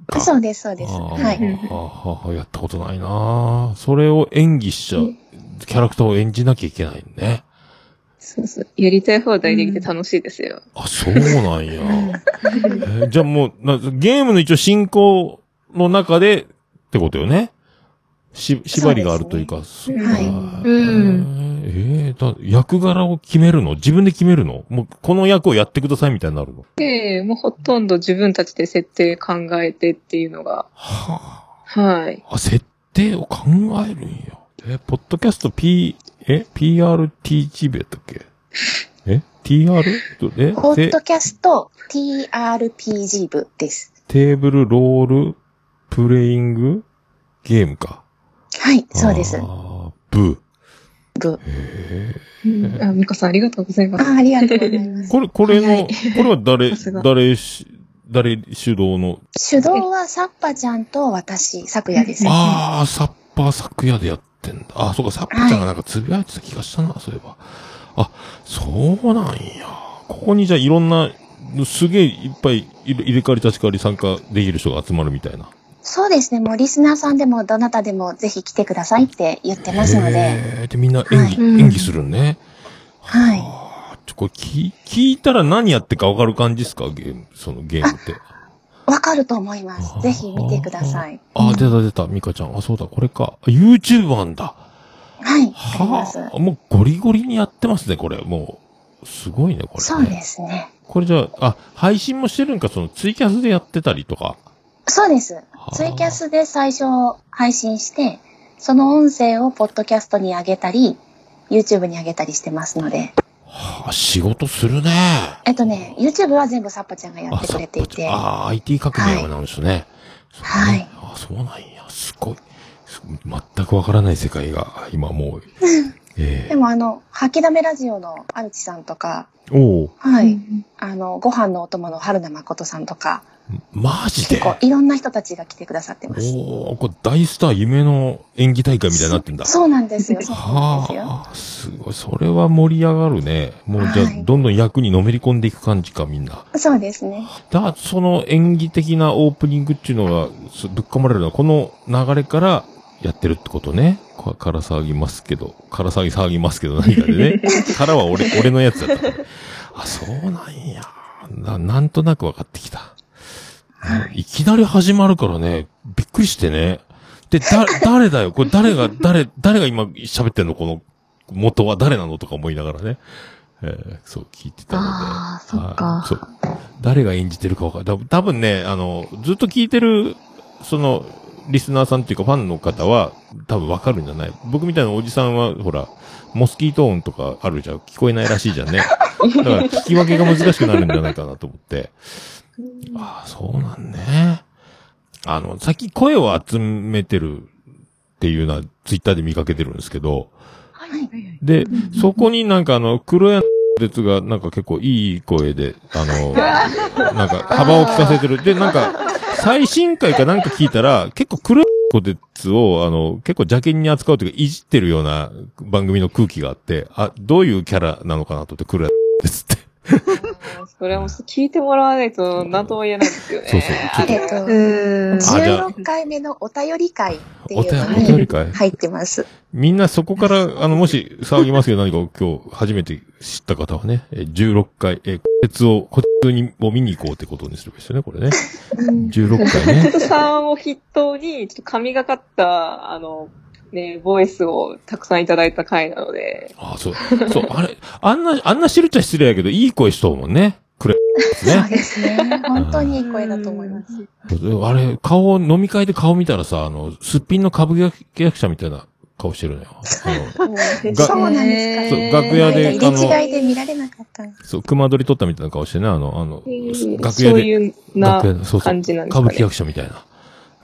Speaker 1: か
Speaker 6: そうです、そうです。
Speaker 1: あー
Speaker 6: はい。
Speaker 1: あーやったことないなーそれを演技しちゃう、キャラクターを演じなきゃいけないね。
Speaker 3: そうそう。やりたい放題できて楽しいですよ。
Speaker 1: あ、そうなんや。えーじゃあもうな、ゲームの一応進行の中でってことよね。し、縛りがあるというか。そ
Speaker 6: すねはい
Speaker 1: あー
Speaker 2: うん
Speaker 1: えーえーだ役柄を決めるの自分で決めるのもう、この役をやってくださいみたいになるの
Speaker 3: ええもうほとんど自分たちで設定考えてっていうのが。
Speaker 1: は
Speaker 3: はい。
Speaker 1: あ、あ、設定を考えるんや。えーポッドキャスト P、え ?PRTG 部やったっけえ ?TR? どえ
Speaker 6: ポッ
Speaker 1: テ
Speaker 6: ドキャスト TRPG 部です。
Speaker 1: テーブルロールプレイングゲームか。
Speaker 6: はい、そうです。
Speaker 1: あーブ
Speaker 6: 部。
Speaker 3: あ、ミカさんありがとうございま
Speaker 6: あ
Speaker 3: す。
Speaker 6: ーありがとうございます。
Speaker 1: <laughs> これ、これ
Speaker 2: 早
Speaker 1: の、
Speaker 2: い
Speaker 1: これは
Speaker 6: <laughs>
Speaker 1: 誰
Speaker 2: さすが、
Speaker 1: 誰し、誰主導の。
Speaker 6: 主導はサッパちゃんと私、昨夜です。
Speaker 1: ああ、サッパー昨夜でやってんだ。あ、そうか、サッパーちゃんがなんかつぶやいてた気がしたな、そういえば。あ、そうなんや。ここにじゃあいろんな、すげえいっぱい入れ入れ替わり立ち替わり参加できる人が集まるみたいな。
Speaker 6: そうですね、もうリスナーさんでもどなたでもぜひ来てくださいって言ってますので、
Speaker 1: へーで、みんな演技、
Speaker 2: はい
Speaker 1: 演技するね。
Speaker 6: はい。
Speaker 1: あーちょこれ聞、聞いたら何やってかわかる感じですかゲーム、そのゲームって。
Speaker 6: わかると思いま
Speaker 1: あー
Speaker 6: す。ぜひ見てください。
Speaker 1: あー、出た出た、ミカちゃん。あ、そうだ、これか。あ YouTube なんだ。
Speaker 6: はい、あります。
Speaker 1: はあ、もうゴリゴリにやってますね、これ。もう、すごいね、これ、ね。
Speaker 6: そうですね。
Speaker 1: これじゃあ、あ、配信もしてるんか、そのツイキャスでやってたりとか。
Speaker 6: そうです。ツイキャスで最初配信して、その音声をポッドキャストに上げたり、YouTube に上げたりしてますので。
Speaker 1: はあ、仕事するね。
Speaker 6: えっとね、YouTube は全部サッパちゃんがやってくれていて。は
Speaker 1: あ、あー IT 革命なんですね。
Speaker 6: はい
Speaker 1: そうねあ、そうなんや。すごい。す全くわからない世界が、今も
Speaker 6: <laughs>
Speaker 1: う。
Speaker 6: い
Speaker 1: え
Speaker 6: でもあの、吐きだめラジオのアルチさんとか、
Speaker 1: えおお
Speaker 6: はい。あの、ご飯のお供の春名誠さんとか、
Speaker 1: マジで
Speaker 6: 結構いろんな人たちが来てくださってます。
Speaker 1: おおこれ大スター夢の演技大会みたいになってんだ。
Speaker 6: そうなんですよ。そうなんですよ。
Speaker 1: はあ、すごい。それは盛り上がるね。もうじゃあ
Speaker 6: は、い
Speaker 1: どんどん役にのめり込んでいく感じか、みんな。
Speaker 6: そうですね。
Speaker 1: だからその演技的なオープニングっていうのが、すぶっ込まれるのは、この流れからやってるってことね。かから騒ぎますけど、から騒ぎ騒ぎますけど、何かでね。からは俺、俺のやつだった。あ、そうなんや。な、なんとなく分かってきた。いきなり始まるからね、びっくりしてね。で、だ、誰だよこれ誰が、誰、誰が今喋ってんのこの元は誰なのとか思いながらね。えーそう聞いてたので。
Speaker 2: あーそっか
Speaker 1: はいそう。誰が演じてるかわかんない。多分ね、あの、ずっと聞いてる、その、リスナーさんっていうかファンの方は、多分わかるんじゃない僕みたいなおじさんは、ほら、モスキート音とかあるじゃん。聞こえないらしいじゃんね。だから聞き分けが難しくなるんじゃないかなと思って。ああ、そうなんね。あの、さっき声を集めてるっていうのはツイッターで見かけてるんですけど、
Speaker 5: はい
Speaker 6: はい。
Speaker 1: で、そこになんかあの、黒柳列がなんか結構いい声で、あの、なんか幅を利かせてる。で、なんか、最新回かなんか聞いたら、結構黒柳列を、あの、結構邪険に扱うというか、いじってるような番組の空気があって、あ、どういうキャラなのかなと思って、黒柳列って。
Speaker 3: もう <laughs> それはもう聞いてもらわないと何とも言えないですよね。
Speaker 1: そうそうちょっと
Speaker 6: えっと、
Speaker 2: うーん。
Speaker 1: あじゃあ
Speaker 6: 16回目のお便り会ってい
Speaker 1: お
Speaker 6: うの
Speaker 1: 便り
Speaker 6: に
Speaker 1: 会
Speaker 6: 入ってます。
Speaker 1: みんなそこから、あの、もし、騒ぎますけど何かを今日初めて知った方はね、えー16回、えー、鉄を、こ鉄に、を見に行こうってことにするべきですよね、これね。16回
Speaker 3: あ
Speaker 1: ね
Speaker 3: の。。さんを筆頭に、ちょっと神がかった、あの、ね、ボイスをたくさんいただいた回なので、
Speaker 1: あ、そう。そう、あれ、あんな、あんな知るっちゃ失礼やけど、いい声しとうもんね。くれ、
Speaker 6: そう
Speaker 1: ね。
Speaker 6: ですね。本当にいい声だと思います。
Speaker 1: あれ、顔、飲み会で顔見たらさ、あの、すっぴんの歌舞伎役者みたいな顔してるのよ。あの
Speaker 3: もう
Speaker 1: が
Speaker 6: そうなんですか。
Speaker 1: そう楽屋で
Speaker 6: 入れ違いで見られなかった。
Speaker 1: そう、熊取り取ったみたいな顔してね、あの、あの、楽屋
Speaker 3: そう
Speaker 1: で、
Speaker 3: いうな
Speaker 1: 楽屋で、そうそう
Speaker 3: 感、じなんです
Speaker 1: 歌
Speaker 3: か
Speaker 1: 舞
Speaker 3: ね
Speaker 1: 伎。役者みたいな。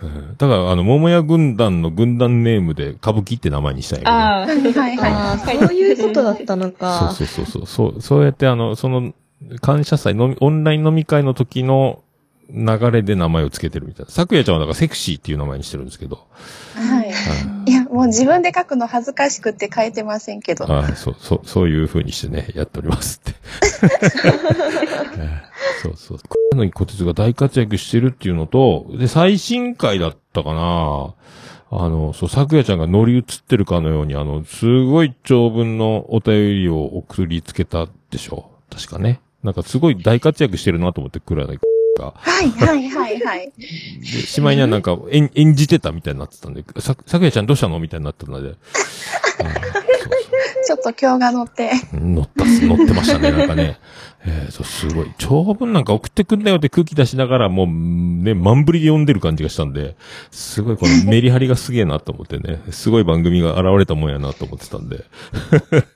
Speaker 1: うん、だから、あの、桃屋軍団の軍団ネームで歌舞伎って名前にしたんや
Speaker 3: あ
Speaker 6: は
Speaker 3: あ、
Speaker 6: いはい。
Speaker 2: ああ、そういうことだったの
Speaker 1: けど。
Speaker 2: か。
Speaker 1: <laughs> そうそうそうそう。そう、そうやってあの、その、感謝祭のみ、オンライン飲み会の時の流れで名前をつけてるみたいな。咲夜ちゃんはだからセクシーっていう名前にしてるんですけど。
Speaker 6: はい。
Speaker 1: はい
Speaker 6: や、もう自分で書くの恥ずかしくって変えてませんけど。
Speaker 1: い。はい、そう、そう、そういう風にしてね、やっておりますって。ええそうそう。このに小鉄が大活躍してるっていうのと、で、最新回だったかなあの、そう、咲夜ちゃんが乗り移ってるかのように、あの、すごい長文のお便りを送りつけたでしょう。確かね。なんかすごい大活躍してるなと思って、くらいが。
Speaker 6: はいはいはいはい。
Speaker 1: で、しまいにはなんか、演演じてたみたいになってたんで、さ、咲夜ちゃんどうしたのみたいになってたので。あのそうそう
Speaker 6: ちょっと今日が乗って。
Speaker 1: 乗ったっす、乗ってましたね、なんかね。えー、そう、すごい。長文なんか送ってくんだよって空気出しながら、もう、ね、満振りで読んでる感じがしたんで、すごいこのメリハリがすげえなと思ってね、すごい番組が現れたもんやなと思ってたんで。 <laughs>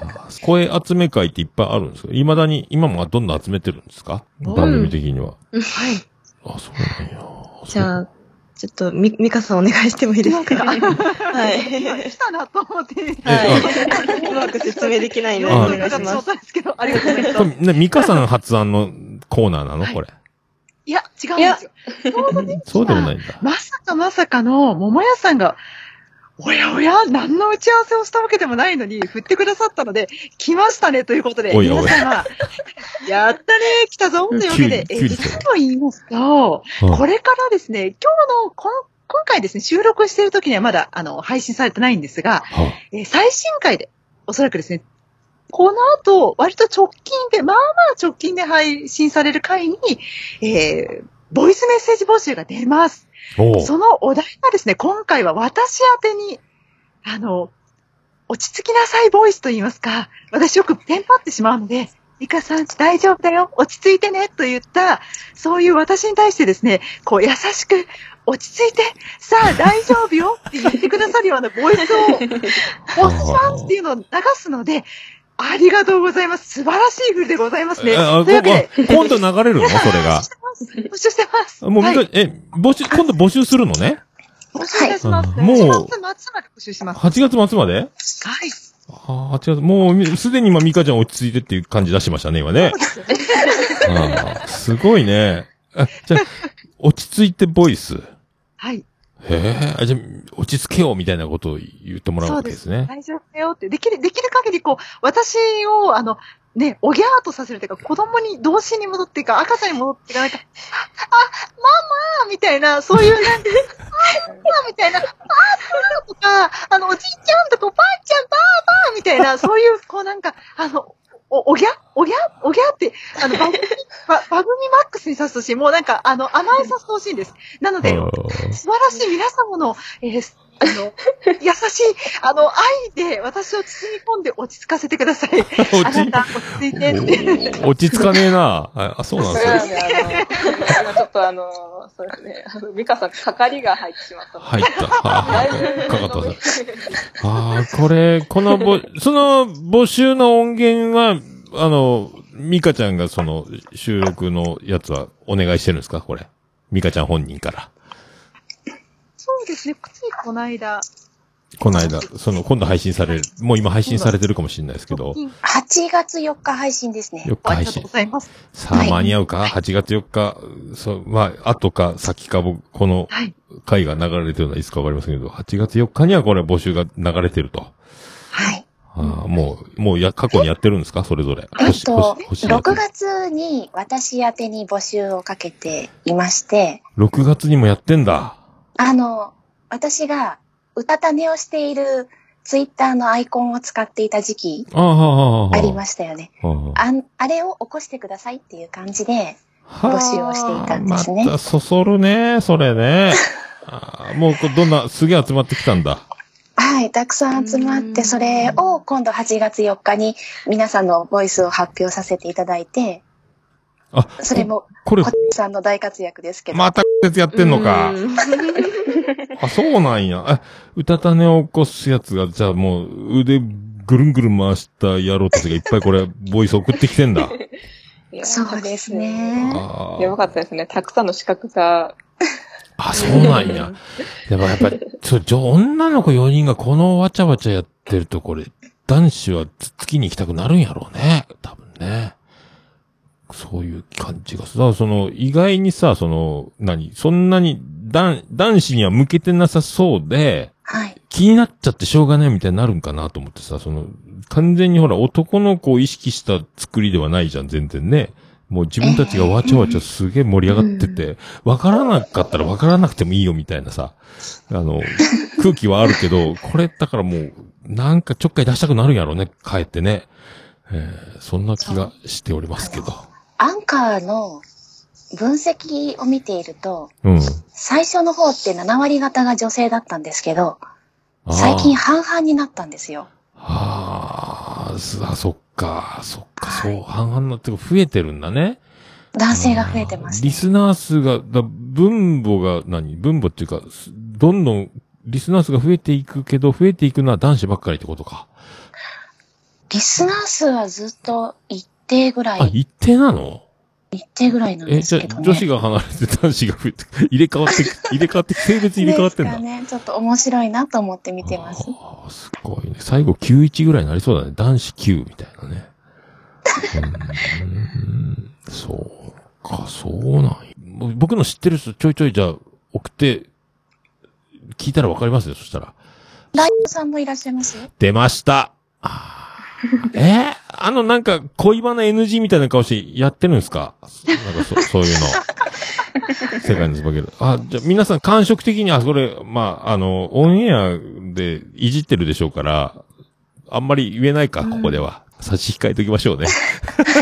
Speaker 1: あー声集め会っていっぱいあるんですか未だに、今もどんどん集めてるんですか番組的には。
Speaker 2: はい。
Speaker 1: あ、そうなんや。
Speaker 2: じゃあ、ちょっと、み、ミカさんお願いしてもいいで
Speaker 6: <laughs>
Speaker 2: すかはい。
Speaker 5: 来たなと思って、
Speaker 1: えあ
Speaker 2: うまく説明できないので
Speaker 1: あ
Speaker 2: お
Speaker 5: なん
Speaker 2: 願
Speaker 5: か
Speaker 2: いし
Speaker 5: ちょっと
Speaker 2: ます。
Speaker 5: そうですけど、ありがとうございます
Speaker 1: こ。れ、ね、ミカさん発案のコーナーなのこれ。
Speaker 5: いや、違うんですよ。
Speaker 1: そうでもないんだ。
Speaker 5: まさかまさかの、桃屋さんが、おやおや、何の打ち合わせをしたわけでもないのに、振ってくださったので、来ましたね、ということで、
Speaker 1: おやおや
Speaker 5: 皆様、やったね、来たぞ、というわけで、
Speaker 1: 急に
Speaker 5: えー
Speaker 1: 急に来た
Speaker 5: 実を言いますと、
Speaker 1: うん
Speaker 5: これからですね、今日の、こん今回ですね、収録している時にはまだ、あの、配信されてないんですが、
Speaker 1: は
Speaker 5: えー最新回で、おそらくですね、この後、割と直近で、まあまあ直近で配信される回に、えーボイスメッセージ募集が出ます。
Speaker 1: おう
Speaker 5: そのお題がですね、今回は私宛てに、あの、落ち着きなさいボイスと言いますか、私よくテンパってしまうので、リカさん大丈夫だよ、落ち着いてね、と言った、そういう私に対してですね、こう優しく、落ち着いて、さあ大丈夫よって言ってくださるようなボイスを、おっさんっていうのを流すので、ありがとうございます。素晴らしい振りでございますね。
Speaker 1: ああ
Speaker 5: というわけで、
Speaker 1: ここ今度流れる
Speaker 5: <laughs>
Speaker 1: のそれが
Speaker 5: 募集。してます。募集してます。
Speaker 1: もう、
Speaker 5: はい
Speaker 1: え、募集、今度募集するのね
Speaker 5: 募集いたします。
Speaker 1: はいうんもう
Speaker 5: 1月末まで募集します。
Speaker 1: ?8 月末まで
Speaker 5: はい。
Speaker 1: ああ、8月、もうみ、すでに今、ミカちゃん落ち着いてっていう感じ出してましたね、今ね。ああすごいね。あ、じゃあ落ち着いてボイス。へ
Speaker 5: はい。
Speaker 1: え、あじゃあ落ち着けようみたいなことを言ってもらうわけですね。
Speaker 5: 大丈夫だよって。できる、できる限り、こう、私を、あの、ね、おぎゃーとさせるというか、子供に、童心に戻っていくか、赤ちゃんに戻っていか、なんか、あ、あママみたいな、そういう、なんか、 <laughs> あ、ママみたいな、あ、ママとか、あの、おじいちゃんとか、おばあちゃん、ばあばみたいな、そういう、こう、なんか、あの、お、おぎゃおぎゃおぎゃって、あの、バグミ、ババグミマックスに刺すとし、もうなんか、あの、甘えさせてほしいんです。なので、
Speaker 1: あ
Speaker 5: 素晴らしい皆様の、えーあの、優しい、あの、愛で私を包み込んで落ち着かせてください。
Speaker 1: ー
Speaker 5: あなた、落ち着いてって。
Speaker 1: お落ち着かねえなあ、あそうなんで
Speaker 3: そ
Speaker 1: す
Speaker 3: れ
Speaker 1: よ。
Speaker 3: はね、あの、今ちょっとあの、そうですね、あの、ミカさん、かかりが入ってしまったので。
Speaker 1: 入った。
Speaker 3: だ
Speaker 1: はい
Speaker 3: ぶ
Speaker 1: い。かかったさ。ああ、これ、このぼ、その募集の音源は、あの、ミカちゃんがその収録のやつはお願いしてるんですかこれ。ミカちゃん本人から。
Speaker 5: そうですね、ついこの間、
Speaker 1: この間、その、今度配信される、もう今配信されてるかもしれないですけど、
Speaker 7: 8月4日配信ですね。
Speaker 1: 4
Speaker 5: あ
Speaker 1: 日配
Speaker 5: りがとう
Speaker 1: 信
Speaker 5: ご。ざいます。
Speaker 1: さあ、間に合うか ?8 月4日、そう、まあ、後か先か僕、この
Speaker 5: はい。
Speaker 1: 回が流れてるのはいつかわかりませんけど、8月4日にはこれ募集が流れてると。
Speaker 7: はい。
Speaker 1: ああもう、もうや、過去にやってるんですかそれぞれ。
Speaker 7: えっと、
Speaker 1: 星
Speaker 7: 6月に私宛てに募集をかけていまして、
Speaker 1: 6月にもやってんだ。
Speaker 7: あの、私が歌種をしているツイッターのアイコンを使っていた時期
Speaker 1: ああ、ああ、
Speaker 7: ありま
Speaker 1: し
Speaker 7: したよね。
Speaker 1: た。
Speaker 7: あんあれを起こしてくださいっていう感じで、募集をしていたんですね
Speaker 1: はあまたそそるね、それ
Speaker 7: <laughs>
Speaker 1: ね。ああもうこ、どんな、すげえ集まってきたんだ。
Speaker 7: はい、たくさん集まっ
Speaker 2: うーん
Speaker 7: て、それを今度8月4日に皆さんのボイスを発表させていただいて、
Speaker 1: あ、
Speaker 7: それも
Speaker 1: これ
Speaker 7: こっ、ちさんの大活躍ですけど、
Speaker 1: また、やってんのか
Speaker 2: う。ん
Speaker 1: あ、そうなんや。え、うたた寝を起こすやつが、じゃあもう、腕ぐるんぐるん回した野郎たちがいっぱいこれ、ボイス送ってきてん
Speaker 7: <laughs>
Speaker 1: だ。
Speaker 3: いや
Speaker 7: そうです。
Speaker 1: あ
Speaker 7: ね。
Speaker 1: あ
Speaker 3: やばかったですね。たくさんの資格が。
Speaker 1: あ、そうなんや。でもやっぱり、そう、じょ女の子4人がこのわちゃわちゃやってると、これ、男子はつつきに行きたくなるんやろうね。多分ね。そういう感じがする。だからその、意外にさ、その、何そんなに、男、男子には向けてなさそうで、
Speaker 7: はい。
Speaker 1: 気になっちゃってしょうがないみたいになるんかなと思ってさ、その、完全にほら、男の子を意識した作りではないじゃん、全然ね。もう自分たちがわちゃわちゃすげえ盛り上がってて、わからなかったらわからなくてもいいよみたいなさ、あ
Speaker 7: <laughs>
Speaker 1: の、空気はあるけど、これだからもう、なんかちょっかい出したくなるんやろうね、帰ってね。えーそんな気がしておりますけど。
Speaker 7: アンカーの分析を見ていると、
Speaker 1: うん。
Speaker 7: 最初の方って7割方が女性だったんですけど、
Speaker 1: あー
Speaker 7: 最近半々になったんですよ。
Speaker 1: あーすあ、そっか、そっか、そう、半々になって増えてるんだね。
Speaker 7: 男性が増えてます、ね
Speaker 1: リ。スナー数が、だ分母が何、分母っていうか、すどんどんリスナー数が増えていくけど、増えていくのは男子ばっかりってことか。
Speaker 7: リスナー数はずっと一定ぐら
Speaker 1: あ、
Speaker 7: い、
Speaker 1: 一定なの
Speaker 7: 一定ぐらいなん
Speaker 1: え、
Speaker 7: で
Speaker 1: じ
Speaker 7: す
Speaker 1: ゃ
Speaker 7: けど
Speaker 1: あ
Speaker 7: ね。
Speaker 1: 女子が離れて男子が増えて、入れ替わって、入れ替わって、性別入れ替わってんだ。
Speaker 7: ですかね。ちょっと面白いなと思って見てます。
Speaker 1: あーすごいね。最後91ぐらいになりそうだね。男子9みたいなね。うーんそうか、そうなんやもう僕の知ってる人ちょいちょいじゃあ送って、聞いたらわかりますよ、そしたら。
Speaker 7: ライオさんもいらっしゃいますよ。
Speaker 1: 出ました。あー <laughs> えーあのなんか恋バナ NG みたいな顔してやってるんですかなんか <laughs> そ、そういうの。世界にズバける。あ、じゃあ皆さん感触的に、あ、それ、まあ、あの、オンエアでいじってるでしょうから、あんまり言えないか、ここでは。差し控えときましょうね。 <laughs>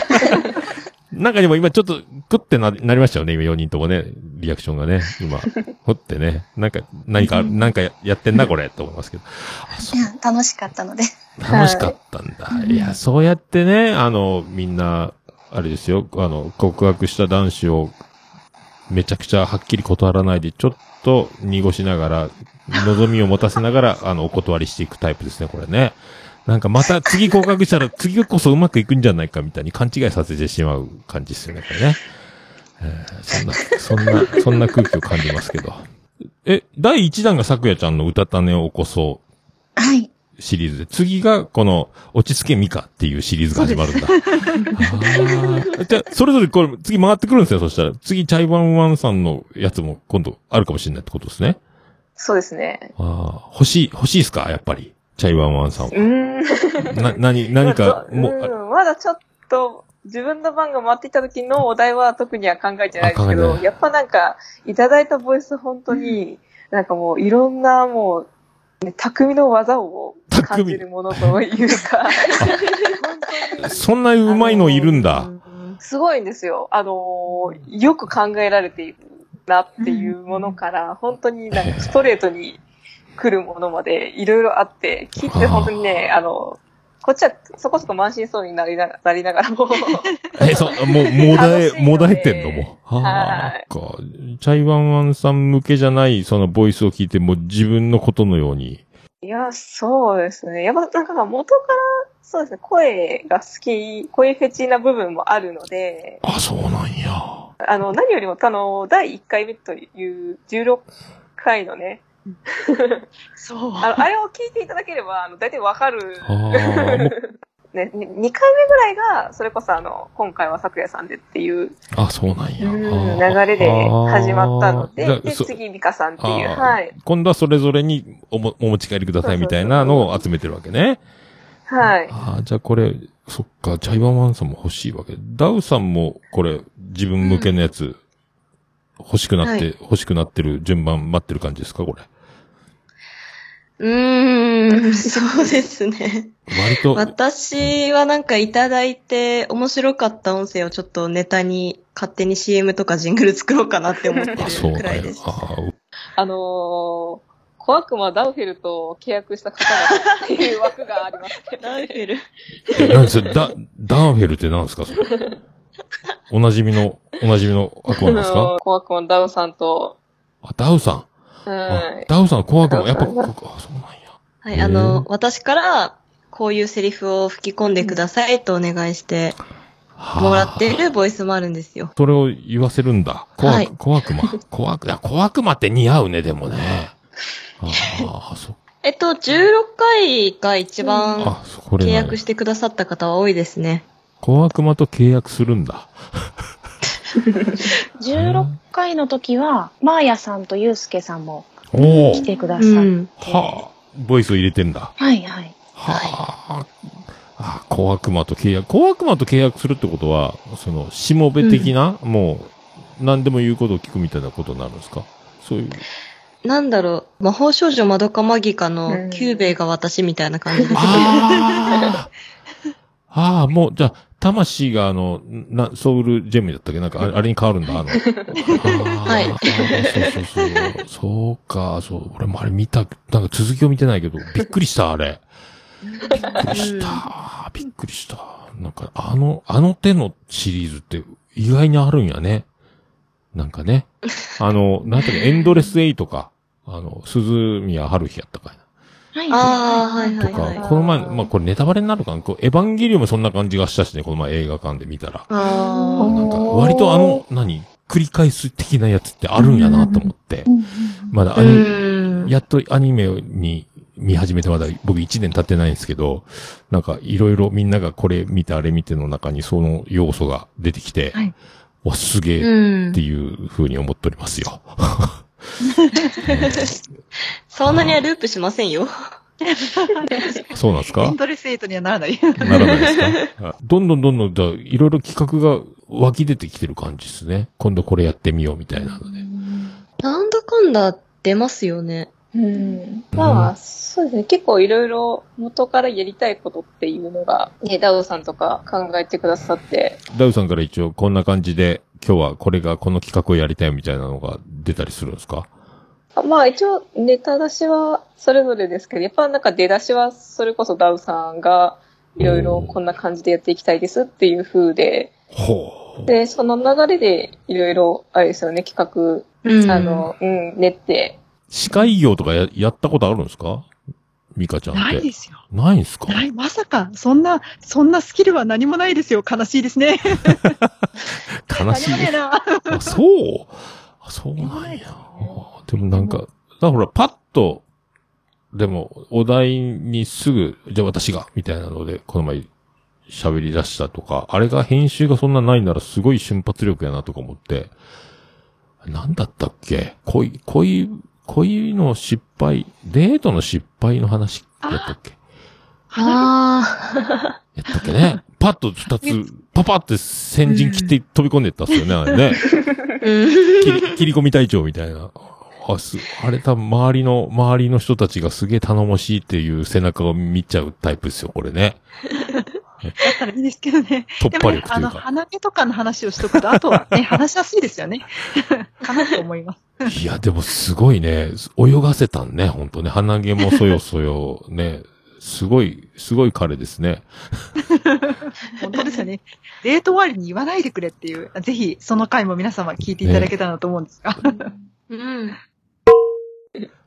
Speaker 1: なんかでも今ちょっと、くってな、なりましたよね、今4人ともね、リアクションがね、今、ほってね、なんか、何か、なんかややってんな、これ、と思いますけど。あ、そう
Speaker 7: うん楽しかったので。 <laughs>
Speaker 1: 楽しかったんだ。い、や、そうやってね、あの、みんな、あれですよ、あの、告白した男子を、めちゃくちゃはっきり断らないで、ちょっと濁しながら、望みを持たせながら、あ <laughs> の、お断りしていくタイプですね、これね。なんかまた次告白したら、次こそうまくいくんじゃないかみたいに勘違いさせてしまう感じですよね、これね。えーそんな、そんな、そんな空気を感じますけど。え、第1弾が咲夜ちゃんの歌種を起こそう。
Speaker 7: はい。
Speaker 1: シリーズで、次がこの、落ち着けみかっていうシリーズが始まるんだ。あーじゃあ、それぞれこれ、次回ってくるんですよ、そしたら。次、チャイバンワンさんのやつも今度あるかもしれないってことですね。
Speaker 3: そうですね。
Speaker 1: ああ、欲しい、欲しいですかやっぱり。チャイバンワンさん
Speaker 3: うーん。
Speaker 1: は。な、なに、何か、も
Speaker 3: まあ
Speaker 1: う、
Speaker 3: どうんまだちょっと、自分の番が回ってきた時のお題は特には考えてないですけ
Speaker 1: あ考え
Speaker 3: ど
Speaker 1: てな、い
Speaker 3: やっぱなんか、いただいたボイス本当に、なんかもういろんなもう、ね匠の技を感じるものというか、本当
Speaker 1: あ
Speaker 3: に
Speaker 1: そんなうまいのいるんだ。
Speaker 3: すごいんですよ。あのーよく考えられているなっていうものから、本当になんかストレートに来るものまでいろいろあって、聞いてて本当にね、あの、こっちはそこそこ満身そうになりななりながらも、
Speaker 1: え、そう、もう、もだ
Speaker 3: 楽し
Speaker 1: え
Speaker 3: いの、で
Speaker 1: もだえてんのもう。あ
Speaker 3: は
Speaker 1: あ、か。チャイバンワンさん向けじゃない、そのボイスを聞いて、もう自分のことのように。
Speaker 3: いや、そうですね。やっぱなんか元から、そうですね、声が好き、声フェチな部分もあるので、
Speaker 1: あ、そうなんや。
Speaker 3: あの、何よりも、あの、第1回目という16回のね、
Speaker 5: そう。
Speaker 3: あのあれを聞いていただければ、あの、大体わかる。
Speaker 1: あーもう
Speaker 3: ね、に2回目ぐらいが、それこそあの、今回は昨夜さんでっていう
Speaker 1: あ、そうなんや。
Speaker 3: うん
Speaker 1: あー
Speaker 3: 流れで始まったの
Speaker 1: あー
Speaker 3: で、
Speaker 1: じゃ
Speaker 3: で、
Speaker 1: あそ
Speaker 3: 次、ミカさんっていう、
Speaker 1: あー
Speaker 3: はい。
Speaker 1: 今度はそれぞれにおもお持ち帰りくださいみたいなのを集めてるわけね。
Speaker 3: はい。
Speaker 1: ああ、じゃあこれ、そっか、ジャイワンワンさんも欲しいわけ。ダウさんもこれ、自分向けのやつ、欲しくなって、
Speaker 2: は
Speaker 1: 欲しくなってる順番待ってる感じですかこれ。<laughs>
Speaker 2: うーん、そうですね。
Speaker 1: 割と、
Speaker 2: 私はなんかいただいて面白かった音声をちょっとネタに勝手に CM とかジングル作ろうかなって思ってる
Speaker 1: あ、そう
Speaker 2: くら
Speaker 1: だ
Speaker 2: い
Speaker 1: よ
Speaker 2: です。。
Speaker 1: ああ、
Speaker 3: あのー、小悪魔ダウフェルと契約した方々っていう枠があります <laughs> けど、
Speaker 2: ダウフェル。
Speaker 1: え、何それ、ダ、ダンフェルって何ですかそれ。おなじみの、おなじみの悪魔なんですか
Speaker 3: <laughs> あのー小悪魔ダウさんと、
Speaker 1: あ、ダウさん。
Speaker 3: う
Speaker 1: あ
Speaker 3: ん。
Speaker 1: ダウさん、小悪魔。やっぱ、
Speaker 3: ダウさん
Speaker 1: こあ、そうなんや。
Speaker 2: はい、あの
Speaker 1: へー、
Speaker 2: 私からこういうセリフを吹き込んでくださいとお願いして
Speaker 1: はあ
Speaker 2: もらってるボイスもあるんですよ。
Speaker 1: それを言わせるんだ。小悪,、
Speaker 2: はい
Speaker 1: 小
Speaker 2: <laughs>
Speaker 1: 悪魔。小悪、いや小悪魔って似合うね、でもね。ああ、そっ
Speaker 2: えっと、16回が一番
Speaker 1: か、そこれ
Speaker 2: 契
Speaker 1: な
Speaker 2: 約
Speaker 1: い
Speaker 2: してくださった方は多いですね。
Speaker 1: 小悪魔と契約するんだ。
Speaker 7: 16回の時は、マーヤさんとユうスケさんも
Speaker 1: おお。
Speaker 7: 来てくだ
Speaker 2: う
Speaker 7: さい。
Speaker 2: ん。
Speaker 1: はあ、ボイスを入れてんだ。
Speaker 7: はいはい。
Speaker 1: はあ。ああ小悪魔と契約。小悪魔と契約するってことは、その、しもべ的な、もう、何でも言うことを聞くみたいなことになるんですかそういう。
Speaker 2: なんだろう、魔法少女まどかマギカ
Speaker 3: うん
Speaker 2: のキューベイが私みたいな感じです。
Speaker 1: ああ。ああ、もう、じゃあ、魂があの、な、ソウルジェムだったっけなんか、あれあれに変わるんだ、あの。は
Speaker 2: <laughs> はい
Speaker 1: そうそうそう。そうか、そう。俺もあれ見た、なんか続きを見てないけど、びっくりした、あれ。びっくりした。びっくりした。なんか、あの、あの手のシリーズって意外にあるんやね。なんかね。あの、なんていうの、エンドレスエイとか、あの、鈴宮春日やったかいな。
Speaker 7: はい
Speaker 2: ああ、はい
Speaker 1: と
Speaker 2: はい
Speaker 1: か、
Speaker 2: はい。
Speaker 1: この前、まあこれネタバレになるかなこうエヴァンゲリオンもそんな感じがしたしね、この前映画館で見たら。
Speaker 2: あ
Speaker 1: なんか、割とあの、何繰り返す的なやつってあるんやなと思って。まだ
Speaker 2: あ。
Speaker 1: ア
Speaker 2: う
Speaker 1: ニ、
Speaker 2: ん。
Speaker 1: やっとアニメに見始めてまだ僕1年経ってないんですけど、なんかいろいろみんながこれ見てあれ見ての中にその要素が出てきて、
Speaker 5: はい
Speaker 1: わ、すげえ
Speaker 2: うん
Speaker 1: っていう風に思っておりますよ。
Speaker 2: そんなにはループしませんよ。
Speaker 1: そうなんですか
Speaker 5: エンドレスエイトにはならない。
Speaker 1: ならないです
Speaker 5: <laughs>
Speaker 1: かどんどんどんどん、だいろいろ企画が湧き出てきてる感じですね。今度これやってみようみたいなので。
Speaker 2: なんだかんだ出ますよね。
Speaker 3: うん。まあ、そうですね。結構いろいろ元からやりたいことっていうのが、ね、ダウさんとか考えてくださって、
Speaker 1: ダウさんから一応こんな感じで、今日はこれがこの企画をやりたいみたいなのが出たりするんですか
Speaker 3: あまあ一応ネタ出しはそれぞれですけど、やっぱなんか出だしはそれこそダウさんがいろいろこんな感じでやっていきたいですっていう風で、
Speaker 1: ほう。
Speaker 3: で、その流れでいろいろ、あれですよね、企
Speaker 2: う
Speaker 3: 画、あ、の、うん、練って、
Speaker 1: 司会業とかややったことあるんですかミカちゃんって。
Speaker 5: ないですよ。
Speaker 1: ないんすか
Speaker 5: ない、まさか、そんな、そんなスキルは何もないですよ。悲しいですね。
Speaker 1: 悲しい。
Speaker 5: 何もねえな。
Speaker 1: あそうあそうなんや。あでもなんか、だからほら、パッと、でも、お題にすぐ、じゃあ私が、みたいなので、この前、喋り出したとか、あれが編集がそんなないならすごい瞬発力やなとか思って、なんだったっけ恋、恋、恋の失敗、デートの失敗の話やったっけ
Speaker 2: あ
Speaker 1: やったっけねパッと二 <laughs> つ、パパって先陣切って飛び込んでったっすよね、あれね。
Speaker 2: あ。うん。
Speaker 1: 切り、切 <laughs> り込み隊長みたいな。あ、す、あれ多分周りの、周りの人たちがすげえ頼もしいっていう背中を見ちゃうタイプですよ、これね。
Speaker 5: だったらいいですけどね。
Speaker 1: 突破力と
Speaker 5: あ
Speaker 1: いう
Speaker 5: の、
Speaker 1: か。
Speaker 5: 花毛とかの話をしとくと、あとはね、話しやすいですよね。 <laughs> かなと思います。
Speaker 1: いや、でもすごいね、泳がせたんね、ほんとね。鼻毛もそよそよ、ね。すごい、すごい彼ですね。
Speaker 5: 本当ですよね。デート終わりに言わないでくれっていう、ぜひ、その回も皆様聞いていただけたらと思うんですが。
Speaker 2: うん。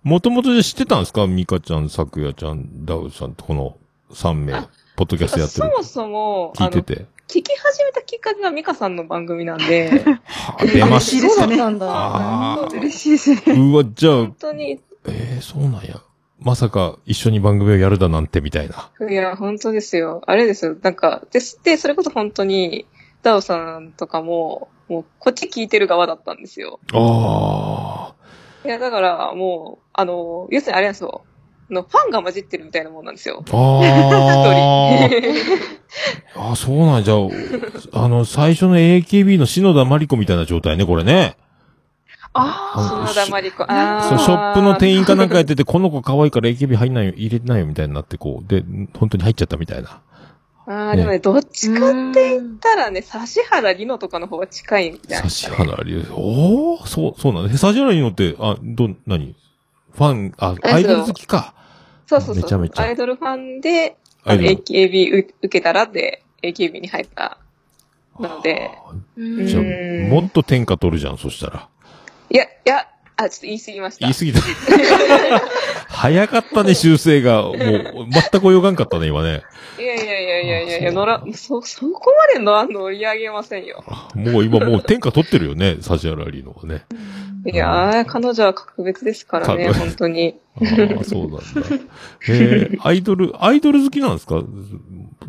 Speaker 1: もともとじゃ知ってたんですかミカちゃん、サクヤちゃん、ダウさんとこの3名
Speaker 3: あ、
Speaker 1: ポッドキャストやって
Speaker 3: そ
Speaker 1: る。
Speaker 3: もそも、
Speaker 1: 聞いて
Speaker 3: の、
Speaker 1: て。
Speaker 3: 聞き始めたきっかけがミカさんの番組なんで、
Speaker 1: はあ、出まし
Speaker 5: 嬉しいですよね
Speaker 2: そうだったん
Speaker 1: <laughs>
Speaker 2: だ。
Speaker 1: あ
Speaker 5: 嬉しいですね。
Speaker 1: た。うわ、じゃあ
Speaker 3: 本、当に、
Speaker 1: えー、そうなんや。まさか一緒に番組をやるだなんてみたいな。
Speaker 3: いや、本当ですよ。あれですよ。なんか、です。で、それこそ本当に、ダオさんとかも、もう、こっち聞いてる側だったんですよ。
Speaker 1: ああ。
Speaker 3: いや、だから、もう、あの、要するにあれなんですよ。あのファンが混じってるみたいなもんなんですよ。
Speaker 1: あ <laughs> あ。
Speaker 3: 一人。
Speaker 1: あ、そうなんじゃあ、あの、最初の AKB の篠田麻里子みたいな状態ね、これね。
Speaker 5: あ
Speaker 3: 篠田麻里子。
Speaker 5: な
Speaker 3: あ
Speaker 5: る
Speaker 1: そ
Speaker 3: あ。
Speaker 5: ほど
Speaker 1: う、ショップの店員かなんかやってて、この子可愛いから AKB 入んないよ、入れてないよみたいになって、こう、で、本当に入っちゃったみたいな。
Speaker 3: ああ、でもね、どっちかって言ったらね、指原里乃とかの方が近いみたいな。
Speaker 1: 指原りおおそう、そうなんだ。え指原りのって、あ、ど、何ファン、あ、アイドル好きか。
Speaker 3: そうそうそ
Speaker 1: め
Speaker 3: う。
Speaker 1: ちゃめちゃ
Speaker 3: アイドルファンで、
Speaker 1: ア
Speaker 3: あ
Speaker 1: イ
Speaker 3: の
Speaker 1: ドル。
Speaker 3: AKB う受けたらで、AKB に入ったので。う
Speaker 1: じゃあ
Speaker 3: ーん
Speaker 1: もっと天下取るじゃん、そしたら。
Speaker 3: いや、いや、あ、ちょっと言い過ぎました。
Speaker 1: 言い過 <laughs> ぎた。早かったね、修正が。もう、全く泳がんかったね、今ね。
Speaker 3: いやいやいやいやい
Speaker 1: あ
Speaker 3: やい
Speaker 1: そ
Speaker 3: や、
Speaker 1: う
Speaker 3: 乗ら、そ、そこまでの乗り上げませんよ。
Speaker 1: もう今、もう天下取ってるよね、指原りのはね。
Speaker 3: いやー、彼女は格別ですからね、
Speaker 1: 格別
Speaker 3: 本当に。
Speaker 1: ああ、そうなんだ。えー、アイドル、アイドル好きなんですか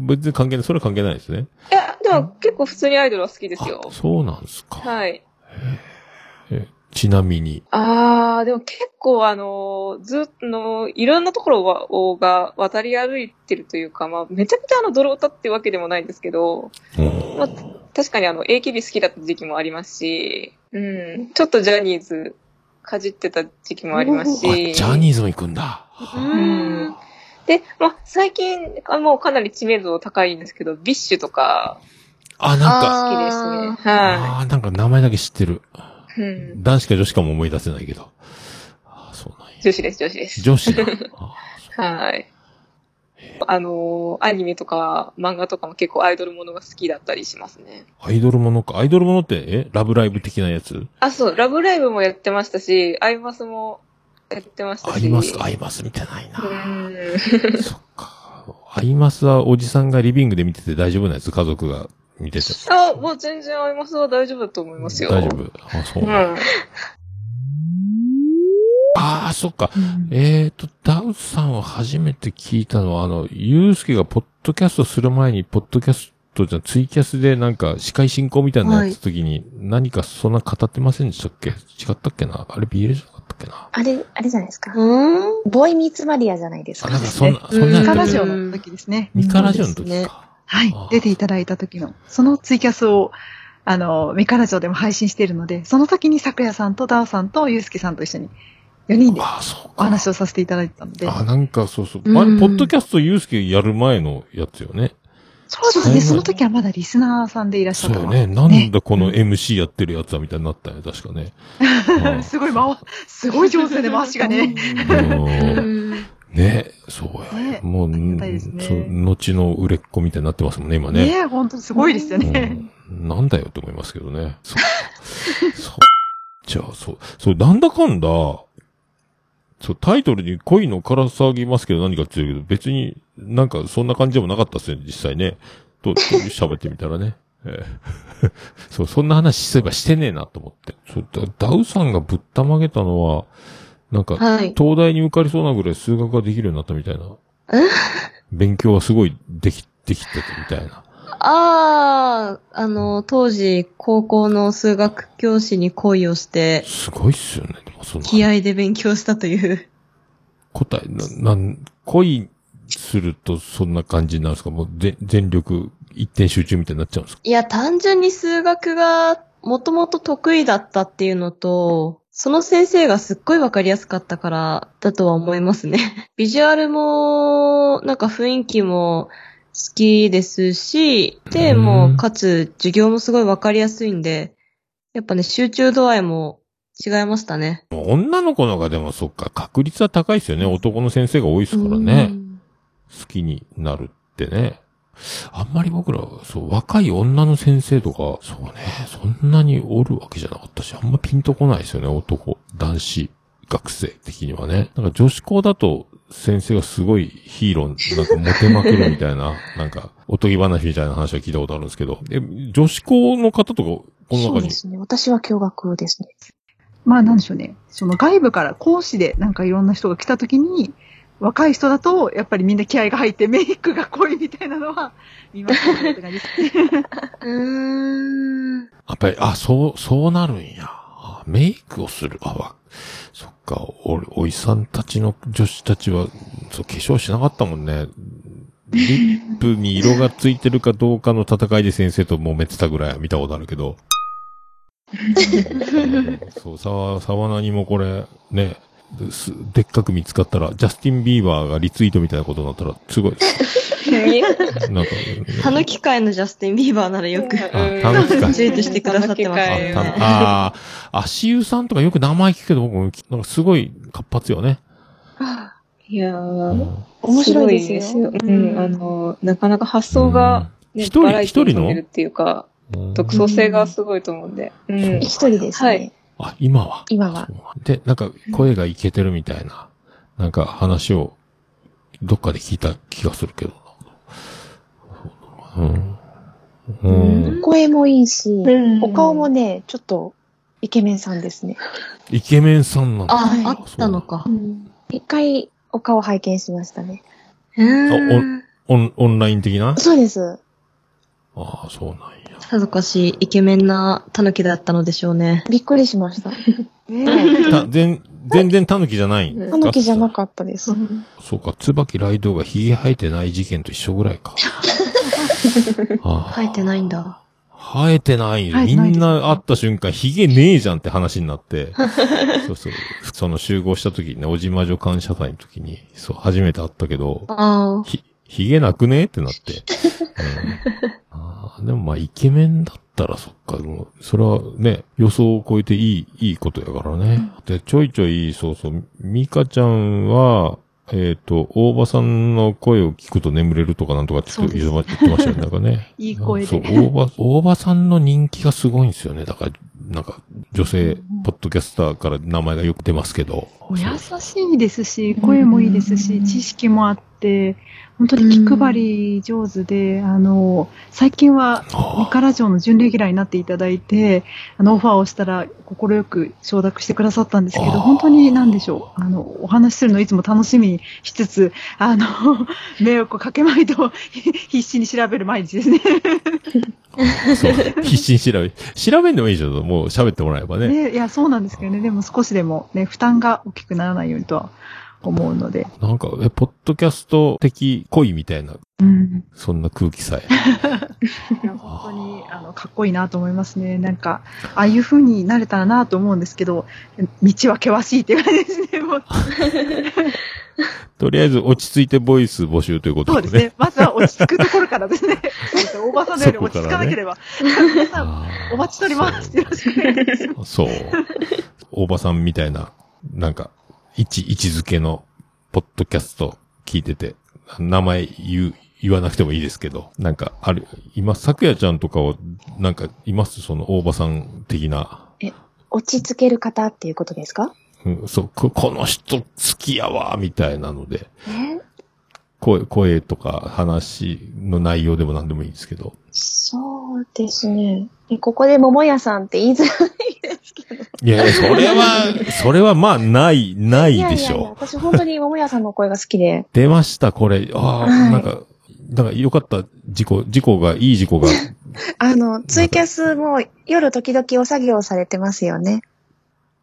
Speaker 1: 別に関係ない、それは関係ないですね。
Speaker 3: いや、でも結構普通にアイドルは好きですよ
Speaker 1: あ。そうなんですか。
Speaker 3: はい。
Speaker 1: えちなみに。
Speaker 3: あー、でも結構あのー、ずっとの、いろんなところはをが渡り歩いてるというか、まあ、めちゃくちゃあの、泥歌ってわけでもないんですけど、
Speaker 1: うん
Speaker 3: まあ、確かにあの、AKB 好きだった時期もありますし、うん、ちょっとジャニーズかじってた時期もあります
Speaker 1: あ、
Speaker 3: し。
Speaker 1: ジャニーズも行くんだ。
Speaker 3: うんで、まあ、最近、あもうかなり知名度高いんですけど、ビッシュとか
Speaker 1: あ、なんか、
Speaker 3: 好きですね。は
Speaker 1: あーなんか名前だけ知ってる。
Speaker 3: い。うん。
Speaker 1: 男子か女子かも思い出せないけど。あーそうなんや。
Speaker 3: 女子です、女子です。
Speaker 1: 女
Speaker 3: <laughs>
Speaker 1: 子だ。あ
Speaker 3: はい。あのーアニメとか漫画とかも結構アイドルものが好きだったりしますね。
Speaker 1: ーアイドルものか。アイドルものって、えラブライブ的なやつ
Speaker 3: あ、そう、ラブライブもやってましたし、アイマスもやってましたし。
Speaker 1: ありますかありますみたいないうな。
Speaker 3: ん。
Speaker 1: そっか。アイマスはおじさんがリビングで見てて大丈夫なやつ家族が見てて。
Speaker 3: あ、もう全然アイマスは大丈夫だと思いますよ。
Speaker 1: 大丈夫。あ、そうう。
Speaker 3: ん。
Speaker 1: ああ、そっか。えっと、ダウさんは初めて聞いたのは、あの、ゆうすけがポッドキャストする前に、ポッドキャストじゃ、ツイキャスでなんか、司会進行みたいなのやってた時に、何かそんな語ってませんでしたっけ違ったっけなあれ、ビールじゃなかったっけな
Speaker 7: あれ、あれじゃないですか。
Speaker 2: うん。
Speaker 7: ボーイミーツマリアじゃないです
Speaker 1: あ、
Speaker 7: か。
Speaker 1: なんかそんな、そ
Speaker 2: うんん
Speaker 1: なや
Speaker 5: ミカ
Speaker 1: っ
Speaker 5: ラ
Speaker 1: て
Speaker 5: ジ
Speaker 1: る
Speaker 5: オの時ですね。
Speaker 1: ミカラジオの時
Speaker 2: ね
Speaker 1: か。
Speaker 5: はい
Speaker 1: あー。
Speaker 5: 出ていただいた時の、そのツイキャスを、あの、ミカラジオでも配信しているので、その時に昨夜さんとダオさんとユウスケさんと一緒に、4人で
Speaker 1: ああ、そう
Speaker 5: お
Speaker 1: か。
Speaker 5: 話をさせていただいてたので。
Speaker 1: あ、なんかそうそう。ま、ポ
Speaker 2: うん
Speaker 1: ッドキャストゆうすけやる前のやつよね。
Speaker 5: そうです
Speaker 1: そう
Speaker 5: ね。
Speaker 1: だ
Speaker 5: その時はまだリスナーさんでいらっし
Speaker 1: そ
Speaker 5: ゃっ
Speaker 1: う
Speaker 5: た
Speaker 1: よ
Speaker 5: の
Speaker 1: ね。なんだこの MC やってるやつはみたいになったよね、確か
Speaker 5: <laughs>
Speaker 1: ね。うん
Speaker 5: すごい回、すごい上手で回しがね。
Speaker 1: うんね、そうや。
Speaker 5: ね
Speaker 1: もう、
Speaker 5: りがたいですね
Speaker 1: そう後の売れっ子みたいになってますもんね、今
Speaker 5: ね
Speaker 1: ね。
Speaker 5: え、ほんとすごいですよね。
Speaker 1: うん、なんだよって思いますけどね。そう。そう <laughs> じゃあ、そう、そう、なんだかんだ、そう、タイトルに恋のから騒ぎますけど何かって言うけど、別になんかそんな感じでもなかったっすね、実際ね。と、と喋ってみたらね。ええ <laughs> そう、そんな話すればしてねえなと思って。そう、だダウさんがぶったまげたのは、なんか、
Speaker 2: はい。
Speaker 1: 東大に受かりそうなぐらい数学ができるようになったみたいな。勉強はすごいでき、できてたみたいな。
Speaker 2: ああ、あの、当時、高校の数学教師に恋をして、
Speaker 1: すごいっすよね。でもその
Speaker 2: 気合で勉強したという。
Speaker 1: 答え、な、なん、恋するとそんな感じになるんですかもうぜ全力、一点集中みたいになっちゃうんですか
Speaker 2: いや、単純に数学がもともと得意だったっていうのと、その先生がすっごいわかりやすかったからだとは思いますね。 <laughs> ビジュアルも、なんか雰囲気も好きですし、で、
Speaker 1: うん
Speaker 2: もう、かつ授業もすごいわかりやすいんで、やっぱね、集中度合いも違いましたね。
Speaker 1: 女の子の方がでもそっか、確率は高いっすよね。男の先生が多いですからね
Speaker 2: <laughs> う。ん
Speaker 1: 好きになるってね。あんまり僕ら、そう、若い女の先生とか、そうね、そんなにおるわけじゃなかったし、あんまピンとこないですよね、男、男子、学生的にはね。なんか女子校だと、先生がすごいヒーロー、なんかモテまくるみたいな、 <laughs> なんか、おとぎ話みたいな話は聞いたことあるんですけど、え、女子校の方とか、この
Speaker 7: そう
Speaker 1: 中
Speaker 7: で
Speaker 1: に、
Speaker 7: すね。私は驚愕ですね。
Speaker 5: まあなんでしょうね、その外部から講師でなんかいろんな人が来た時に、若い人だと、やっぱりみんな気合が入ってメイクが濃いみたいなのは見ましたねって感じです
Speaker 2: う
Speaker 5: ね。
Speaker 2: ーん。
Speaker 1: やっぱり、あ、そう、そうなるんや。あメイクをする。あ、わ、そっか、お、おいさんたちの女子たちは、そう、化粧しなかったもんね。リップに色がついてるかどうかの戦いで先生と揉めてたぐらいは見たことあるけど。そう、さわ、さわなにもこれ、ね、ですでっかく見つかったら、ジャスティン・ビーバーがリツイートみたいなことになったら、すごい、なんか、
Speaker 2: たぬき会のジャスティン・ビーバーならよく、
Speaker 1: あたぬき会
Speaker 2: ツイートしてくださってます
Speaker 1: あ
Speaker 2: ね
Speaker 1: たあー、足湯さんとかよく名前聞くけど、僕、なんかすごい活発よね。
Speaker 3: いや
Speaker 1: う
Speaker 3: ー、
Speaker 1: ん
Speaker 7: 面白いですよ
Speaker 3: ごいうん、あの、なかなか発想が、、ね、
Speaker 1: 一人
Speaker 3: バラエティ
Speaker 1: 一
Speaker 3: に
Speaker 1: 人の
Speaker 3: 富んでるっていうか、
Speaker 1: うん
Speaker 3: 独創性がすごいと思うんで。うん。
Speaker 7: 一人ですね。
Speaker 3: はい
Speaker 1: あ、今は。
Speaker 7: 今は。
Speaker 1: で、なんか声がいけてるみたいな、なんか話を、どっかで聞いた気がするけどな。うん。うん。
Speaker 7: 声もいいし、
Speaker 3: うん
Speaker 7: お顔もね、ちょっとイケメンさんですね。
Speaker 1: イケメンさんなんだ。
Speaker 2: あ、あ
Speaker 1: はい
Speaker 2: ったのか。
Speaker 7: 一回お顔拝見しましたね。
Speaker 2: うーん。
Speaker 1: オン、オンライン的な
Speaker 7: そうです。
Speaker 1: ああ、そうなんや。
Speaker 2: さぞかしイケメンなタヌキだったのでしょうね。
Speaker 7: びっくりしました。
Speaker 5: ね
Speaker 1: た、全、全然タヌキじゃないんです
Speaker 7: タヌキじゃなかったです。
Speaker 1: そうか、椿ライドウがヒゲ生えてない事件と一緒ぐらいか。
Speaker 2: 生えて
Speaker 1: い。
Speaker 2: ないんだ。
Speaker 1: 生えてないよ。
Speaker 5: 生え
Speaker 1: み
Speaker 5: てないです
Speaker 1: んな会った瞬間、ヒゲねえじゃんって話になって。そうそう。その集合した時にね、おじまじょ感謝祭の時に、そう、初めて会ったけど、
Speaker 2: ああ。
Speaker 1: ひ、ヒゲなくねってな
Speaker 5: <laughs>
Speaker 1: って。うん、あーでもまあ、イケメンだったらそっか、もうそれはね、予想を超えていい、いいことやからね。で、ちょいちょい、そうそう、ミカちゃんは、えっ、と、大場さんの声を聞くと眠れるとかなんとかちょっと言ってま言ってましたよね、なんかね。
Speaker 5: <laughs> いい声で
Speaker 1: そう、大場、大場さんの人気がすごいんですよね。だから、なんか、女性、ポッドキャスターから名前がよく出ますけど。
Speaker 5: お <laughs> 優しいですし、声もいいですし、知識もあって、本当に気配り上手で、あの、最近は、ミ
Speaker 1: あ
Speaker 5: カラジオの準レギュラーになっていただいて、あの、オファーをしたら、快く承諾してくださったんですけ
Speaker 1: あー
Speaker 5: ど、本当に何でしょう、あの、お話しするのいつも楽しみにしつつ、あの、 <laughs> 迷惑をかけまいと、 <laughs> ひ必死に調べる毎日ですね。
Speaker 1: あ、そう。必死に調べ、調べんでもいいじゃん。もう喋ってもらえばね。
Speaker 5: ね、いや、そうなんですけどね、でも少しでもね、負担が大きくならないようにとは思うので。
Speaker 1: なんか、え、ポッドキャスト的恋みたいな、
Speaker 5: うん
Speaker 1: そんな空気さえ。
Speaker 5: いや本当にあのかっこいいなと思いますね、なんか、ああいう風になれたらなと思うんですけど、道は険しいっていう感じですね、もう
Speaker 1: とりあえず落ち着いてボイス募集ということ
Speaker 5: そう
Speaker 1: でね。
Speaker 5: ですね、まずは落ち着くところからです
Speaker 1: <laughs>
Speaker 5: ね、そうですねおばさんのように落ち着かなければ、皆さん、
Speaker 1: あー
Speaker 5: お待ちしております、よろしくお願いします。
Speaker 1: そう。そう。大場さんみたいな、なんか、位置、位置づけの、ポッドキャスト聞いてて、名前言う、言わなくてもいいですけど、なんか、ある、今、咲夜ちゃんとかを、なんか、いますその、大場さん的な。
Speaker 7: 落ち着ける方っていうことですか
Speaker 1: うん、そう、ここの人好きやわ、みたいなので。
Speaker 7: え
Speaker 1: 声、声とか話の内容でも何でもいいですけど。
Speaker 7: そうですね。えここで桃屋さんって言いづらいですけど。
Speaker 1: い
Speaker 7: <laughs>
Speaker 1: やいや、それは、それはまあ、ない、ないでし
Speaker 7: やいやいや
Speaker 1: ょ。
Speaker 7: 私本当に桃屋さんの声が好きで。
Speaker 1: 出ました、これ。ああ、
Speaker 7: はい
Speaker 1: なんか、なんか良かった事故、事故が、いい事
Speaker 7: <laughs>
Speaker 1: 故が。
Speaker 7: あの、ツイキャスも夜時々お作業されてますよね。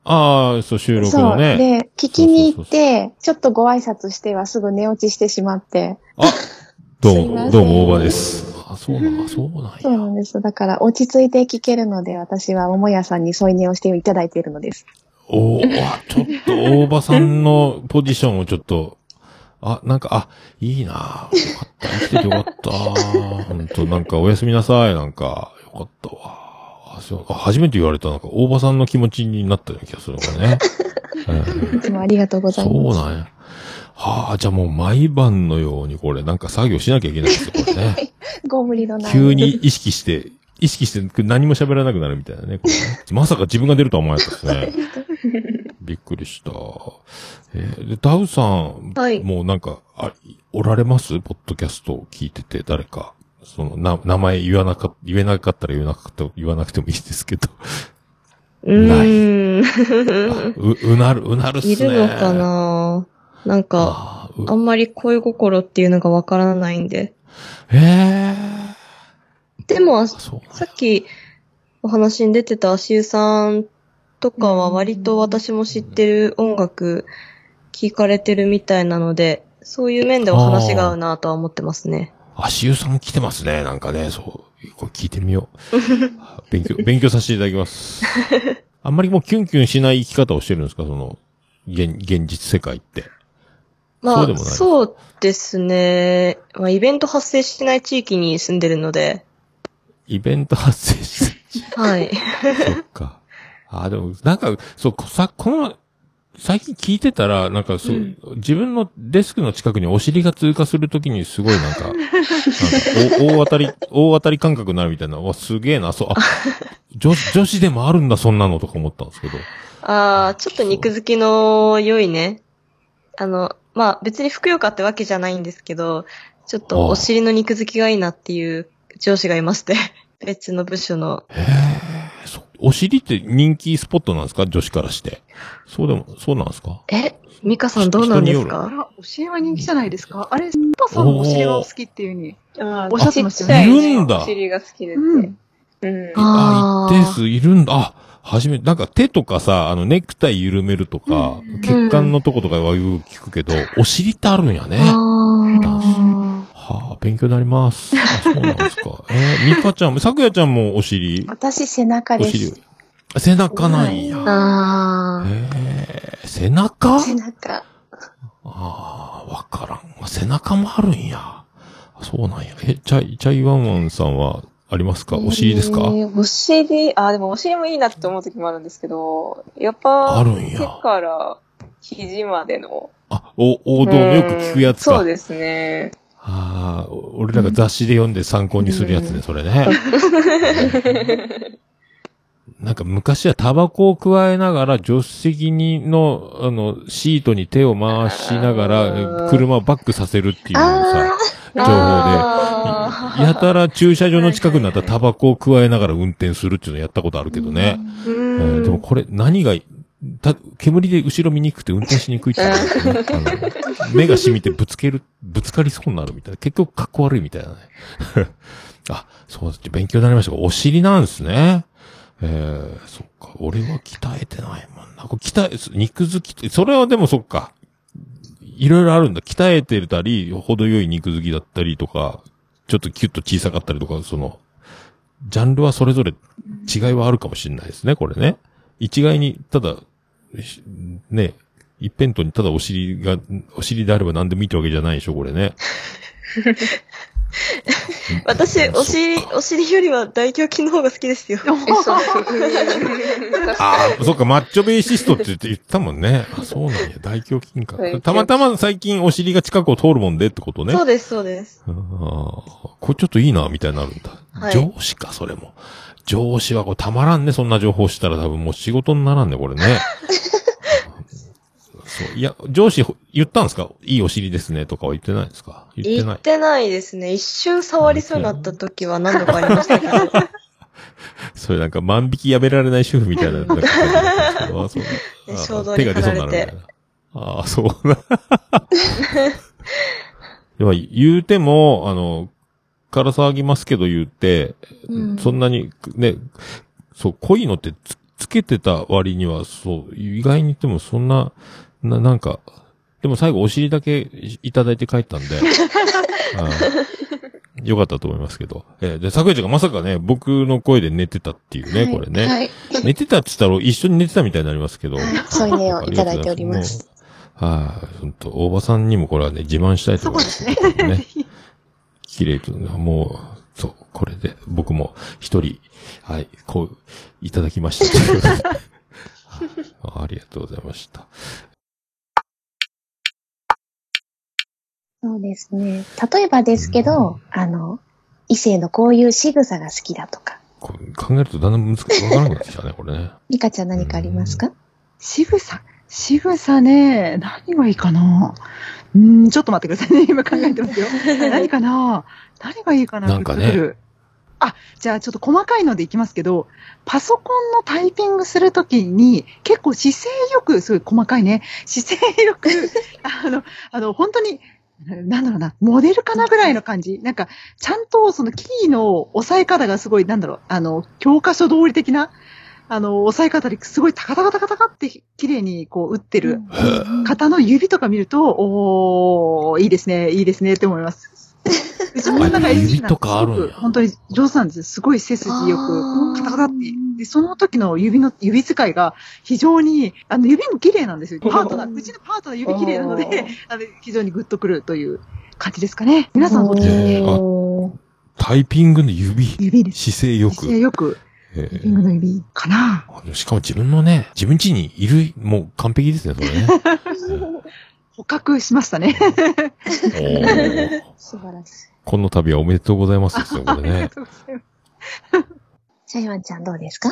Speaker 1: ああ、そう、収録
Speaker 7: そ
Speaker 1: の
Speaker 7: う。
Speaker 1: ね。
Speaker 7: で、聞きに行って、ちょっとご挨拶してはすぐ寝落ちしてしまって。
Speaker 1: あ、ど
Speaker 7: す
Speaker 1: う
Speaker 7: いませ
Speaker 1: も、ど
Speaker 7: ん
Speaker 1: うも、大場です。あそうなんだ、そうなん
Speaker 7: そう
Speaker 1: や。
Speaker 7: なんです。だから落ち着いて聞けるので、私は桃屋さんに添い寝をしていただいているのです。
Speaker 1: おーあちょっと、大場さんのポジションをちょっと、あ、なんか、あ、いいなぁ。よかった。生きててよかった。本当なんか、おやすみなさい。なんか、よかったわ。あ、そう、あ初めて言われた、なんか、大場さんの気持ちになったような気がするこれね。うん
Speaker 7: <laughs> いつもありがとうござい
Speaker 1: そう
Speaker 7: ます。
Speaker 1: なんや。はあ、じゃあもう毎晩のようにこれ、なんか作業しなきゃいけないですよ、これね。
Speaker 7: ご無理のない。
Speaker 1: 急に意識して、意識して何も喋らなくなるみたいなね。これねまさか自分が出るとは思わなかったですね。
Speaker 2: <laughs>
Speaker 1: びっくりした。えーで、ダウさん、
Speaker 2: はい
Speaker 1: もうなんか、あ、おられますポッドキャストを聞いてて、誰か。その、な、名前言わなか、言えなかったら言えなかった、言わなくてもいいですけど。
Speaker 2: うーん。
Speaker 1: う、 <laughs> うなる、うなるっすね。
Speaker 2: いるのかななんか、
Speaker 1: あーう
Speaker 2: あんまり恋心っていうのがわからないんで。
Speaker 1: ええ
Speaker 2: でも、あ
Speaker 1: ー。そうなんだ
Speaker 2: さっきお話に出てた足湯さんとかは割と私も知ってる音楽聞かれてるみたいなので、そういう面では話が合うなとは思ってますね。
Speaker 1: 足湯さん来てますね。なんかね、そう。これ聞いてみよう。勉強、 <laughs> 勉強させていただき <laughs> ます。あんまりもうキュンキュンしない生き方をしてるんですかその、現、現実世界って。
Speaker 2: ま
Speaker 1: そう
Speaker 2: あ
Speaker 1: でもないです
Speaker 2: そうですね。まあ、イベント発生しない地域に住んでるので、
Speaker 1: イベント発生して
Speaker 2: はい。
Speaker 1: そっか。あ、でも、なんか、そう、こさ、この、最近聞いてたら、なんか、そう、自分のデスクの近くにお尻が通過するときにすごいなんか、なんかお <laughs> 大当たり、大当たり感覚になるみたいな、わ、すげえな、そう、あ、女 <laughs> 子、女子でもあるんだ、そんなのとか思ったんですけど。
Speaker 2: ああ、ちょっと肉付きの良いね。あの、まあ別にふくよかってわけじゃないんですけど、ちょっとお尻の肉付きがいいなっていう上司がいまして、 <laughs> 別の部署の。
Speaker 1: そうお尻って人気スポットなんですか女子からして。そうでも、そうなんですか
Speaker 2: え、ミカさんどうなんです
Speaker 5: あ
Speaker 2: か
Speaker 5: ら、お尻は人気じゃないですかあれ、スッパさんのお尻がお好きっていうに。
Speaker 3: あ
Speaker 5: おっしゃってました
Speaker 1: よね
Speaker 3: ちっちゃい
Speaker 1: いるんだ
Speaker 3: お尻が好きでて。
Speaker 5: う
Speaker 3: うんん。
Speaker 1: あ
Speaker 2: あー
Speaker 1: あ、一定数いるんだ。あ、はじめ、なんか手とかさ、あの、ネクタイ緩めるとか、血管のとことかはよく聞くけど、お尻ってあるんやね。
Speaker 2: あ
Speaker 1: はあ、勉強になります。あ、そうなんですか。えー、ミカちゃんも、さくやちゃんもお尻
Speaker 7: 私、背中
Speaker 1: お
Speaker 7: で
Speaker 1: 尻
Speaker 7: す。。
Speaker 1: 背中なんや。
Speaker 2: あ。ああ。
Speaker 1: えー、背中
Speaker 7: 背
Speaker 1: あ
Speaker 7: 中。
Speaker 1: あ、わからん。背中もあるんや。あそうなんや。え、チャイ、チャイワンワンさんはありますかお尻ですか、
Speaker 3: えーお尻、あ、でもお尻もいいなって思う時もあるんですけど、やっぱ、
Speaker 1: あるんや
Speaker 3: 手から肘までの。
Speaker 1: あ、お、王道のよく聞くやつか。
Speaker 3: うんそうですね。
Speaker 1: ああ、お俺らが雑誌で読んで参考にするやつね、それ
Speaker 3: <laughs>
Speaker 1: ね。なんか昔はタバコを加えながら助手席にの、あの、シートに手を回しなが
Speaker 3: あ
Speaker 1: ら、
Speaker 3: ー
Speaker 1: 車をバックさせるっていうさ
Speaker 7: あ、
Speaker 1: 情報
Speaker 3: あ
Speaker 1: で、やたら駐車場の近くになったらタバコを加えながら運転するっていうのやったことあるけどね。
Speaker 2: う
Speaker 1: えーでも
Speaker 2: ん。
Speaker 1: これ何が、た煙で後ろ見にくくて運転しにくいってことだよね、あの目が染みてぶつける、ぶつかりそうになるみたいな。結局かっこ悪いみたいなね。 <laughs> あ、そうです。勉強になりました。お尻なんですね。えー、そっか。俺は鍛えてないもんな。これ鍛え、肉付きって、それはでもそっか。いろいろあるんだ。鍛えてたり、程よい肉付きだったりとか、ちょっとキュッと小さかったりとか、その、ジャンルはそれぞれ違いはあるかもしれないですね、これね。一概に、ただ、しね、一辺倒にただお尻が、お尻であれば何でもいいってわけじゃないでしょ、これね。
Speaker 2: <laughs> 私、お尻
Speaker 1: そっ、か
Speaker 2: お尻よりは大胸筋の方が好きですよ。
Speaker 3: え、そう。
Speaker 1: ああ、そっか、マッチョベーシストって言って言ったもんね。あ、そうなんや、大胸筋か
Speaker 3: 大胸。筋
Speaker 1: たまたま最近お尻が近くを通るもんでってことね。
Speaker 2: そううです、そうです。
Speaker 1: んあーこれちょっといいな、みたいになるんだ。
Speaker 2: はい
Speaker 1: 上司か、それも。上司はこれたまらんね、そんな情報したら多分もう仕事にならんね、これ
Speaker 2: <laughs>
Speaker 1: ね。そう。いや、上司言ったんですかいいお尻ですね、とかは言ってないんですか言って
Speaker 2: 言
Speaker 1: な
Speaker 2: っ
Speaker 1: い。
Speaker 2: てないですね。一瞬触りそうになった時は何度かありましたけど。
Speaker 1: それなんか万引きやめられない主婦みたいな。なんかそういうのそう
Speaker 2: で
Speaker 1: あ
Speaker 2: 衝動に
Speaker 1: 手が出そうになるみたいな。ああ、そう <laughs> な。では言うても、あの、から騒ぎますけど言って、
Speaker 2: うん
Speaker 1: そんなに、ね、そう、濃いのってつつけてた割には、そう、意外に言ってもそんな、な、なんか、でも最後お尻だけいいただいて帰った
Speaker 7: <laughs>
Speaker 1: んで、はいよかったと思いますけど。えーで、桜井ちゃんがまさかね、僕の声で寝てたっていうね、これね。
Speaker 7: はい。
Speaker 1: 寝てたって言ったら一緒に寝てたみたいになりますけど。
Speaker 7: 添い寝をいただいております。
Speaker 1: はい、本当大場さんにもこれはね、自慢したいと思います。そうですね。
Speaker 5: <laughs>
Speaker 1: 綺麗と、もう、そう、これで、僕も一人、はい、こう、いただきま
Speaker 5: <laughs>
Speaker 1: した。あありがとうございました。
Speaker 7: そうですね。例えばですけど、あの、異性のこういう仕草が好きだとか。
Speaker 1: こう考えるとだんだん難しくわからなくなってきたね、これね。
Speaker 7: ミカちゃん何かありますか
Speaker 5: 渋さ、渋さね、何がいいかなうー <laughs> ん、ちょっと待ってくださいね。今考えてますよ。何かな何がいいかな
Speaker 1: なんかね
Speaker 5: グッとくるじゃあちょっと細かいのでいきますけど、パソコンのタイピングするときに、結構姿勢よく、すごい細かいね、姿勢よく、あの、あの、本当に、なんだろうな、モデルかなぐらいの感じ。なんか、ちゃんとそのキーの押さえ方がすごい、なんだろう、あの、教科書通り的な、あの、押さえ方ですごいタカタカタカタカって綺麗にこう打ってる方の指とか見ると、おー、いいですね、いいですねって思います。うちの方が
Speaker 1: 指とかあるんや
Speaker 5: すごく本当に上手なんですよ。すごい背筋よく、カタカタって。で、その時の指の、指使いが非常に、あの、指も綺麗なんですよ。パートナー、うちのパートナー指綺麗なので、 <laughs> あの、非常にグッとくるという感じですかね。皆さんどうですか
Speaker 1: えーあタイピングの指。
Speaker 5: 指です。
Speaker 1: 姿勢よ
Speaker 5: 姿勢
Speaker 1: く。
Speaker 5: よく、
Speaker 1: え
Speaker 5: リングの指かな。
Speaker 1: ーしかも自分のね、自分家にいる、もう完璧ですね、それね。
Speaker 5: <laughs> 捕獲しましたね。
Speaker 1: うんおー
Speaker 7: 素晴らしい。
Speaker 1: この度はおめでとうございますですよ、これ
Speaker 5: <laughs>
Speaker 1: ね。
Speaker 7: シャイワンちゃんどうですか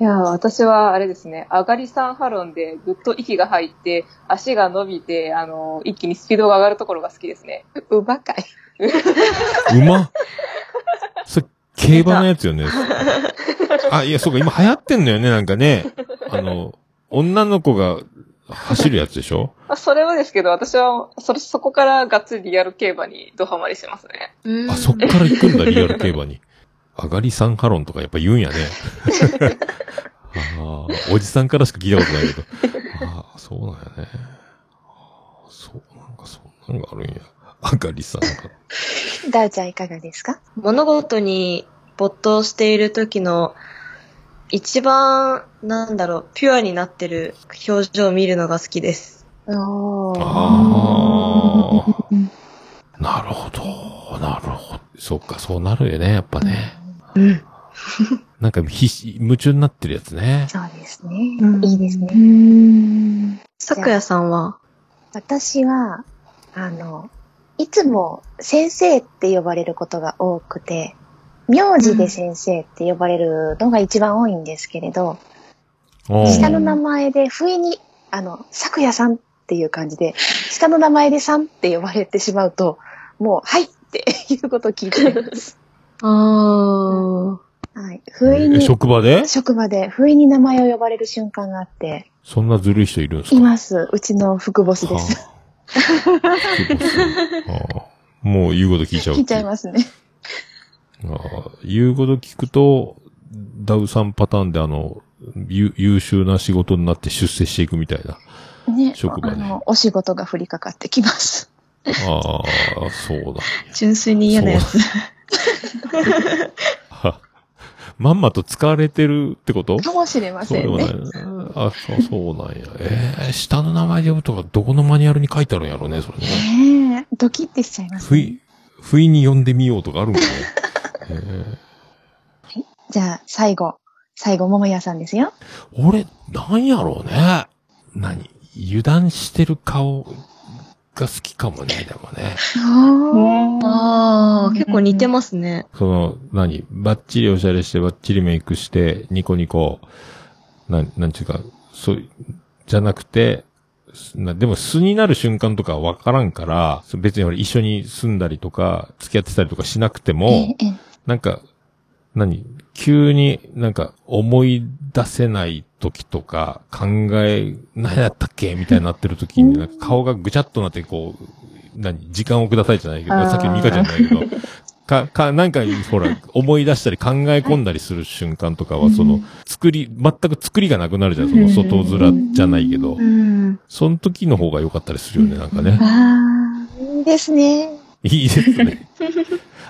Speaker 3: いやー、私はあれですね、上がり3ハロンでぐっと息が入って、足が伸びて、あのー一気にスピードが上がるところが好きですね。
Speaker 7: うばかい。
Speaker 1: うまっそれ、競馬のやつよね。あ、いや、そうか、今流行ってんのよね、なんかね。あの、女の子が走るやつでしょ
Speaker 3: まあ、それはですけど、私は、それ、そこからがっつりリアル競馬にドハマりしてますね。
Speaker 1: あ、そっから行くんだ、リアル競馬に。上がりサンハロンとかやっぱ言うんやね。ああ、おじさんからしか聞いたことないけど。ああ、そうなんやね。ああそう、なんかそんなのがあるんや。上がりサンハロン。
Speaker 7: ダウちゃんいかがですか
Speaker 2: 物事に没頭している時の一番、なんだろう、ピュアになってる表情を見るのが好きです。
Speaker 7: お
Speaker 1: ああ。なるほど。なるほど。そっか、そうなるよね、やっぱね。
Speaker 2: うん。
Speaker 1: なんか、必死、夢中になってるやつね。
Speaker 7: そうですね。
Speaker 5: うん
Speaker 7: いいですね。
Speaker 2: 咲夜さんは
Speaker 7: 私は、あの、いつも先生って呼ばれることが多くて、名字で先生って呼ばれるのが一番多いんですけれど、
Speaker 1: おう
Speaker 7: 下の名前で不意に、あの、咲夜さんっていう感じで、下の名前でさんって呼ばれてしまうと、もう、はいっていうことを聞いて
Speaker 1: <laughs>
Speaker 7: ます。
Speaker 2: あー。
Speaker 7: はい。不意
Speaker 1: え
Speaker 7: に、
Speaker 1: 職場で
Speaker 7: 職場で不意に名前を呼ばれる瞬間があって、
Speaker 1: そんなずるい人いるんですか
Speaker 7: います。うちの副ボスです。
Speaker 1: はあ結構するああもう言うこと聞いちゃう。
Speaker 7: <laughs> 聞いちゃいますね。
Speaker 1: ああ言うこと聞くと、ダウさんパターンであの、ゆ優秀な仕事になって出世していくみたいな。
Speaker 7: ね、
Speaker 1: 職場
Speaker 7: あ
Speaker 1: で
Speaker 7: の、お仕事が降りかかって
Speaker 1: <laughs>
Speaker 7: きます。
Speaker 1: ああ、そうだ。
Speaker 2: 純粋に嫌なやつ。
Speaker 1: は <laughs> まんまと使われてるってこと
Speaker 7: かもしれま
Speaker 1: そう
Speaker 7: せ
Speaker 1: で
Speaker 7: ん
Speaker 1: もない
Speaker 7: ね。
Speaker 1: な。あ、そうそうなんや。ええ下の名前で呼ぶとか、どこのマニュアルに書いてあるんやろうね、それね。
Speaker 7: ねえ、ドキッてしちゃいます
Speaker 1: 不
Speaker 7: ね、
Speaker 1: 意、不意に呼んでみようとかあるんかね。え
Speaker 7: じゃあ、最後。最後、桃屋さんですよ。
Speaker 1: え俺、なんやろうね。何油断してる顔が好きかもね、でもね。
Speaker 2: あー、結構似てますね。
Speaker 1: その、何バッチリおしゃれして、バッチリメイクして、ニコニコ、なん、なんちゅうか、そう、じゃなくて、すなでも素になる瞬間とかはわからんから、そ別に俺一緒に住んだりとか、付き合ってたりとかしなくて
Speaker 7: ええ
Speaker 1: も、
Speaker 7: ええ
Speaker 1: なんか、何急になんか思い出せない時とか、考え、何やったっけみたいになってる時に、なんか顔がぐちゃっとなってこう、何時間をくださいじゃないけど、
Speaker 7: あー
Speaker 1: さっきのミカちゃんじゃないけど、 <laughs> か、か、なんか、ほら、思い出したり考え込んだりする瞬間とかは、その、作り、全く作りがなくなるじゃん、その外面じゃないけど、
Speaker 2: うん。
Speaker 1: その時の方が良かったりするよね、なんかね。
Speaker 7: ああ、いいですね。
Speaker 1: いいです <laughs> ね。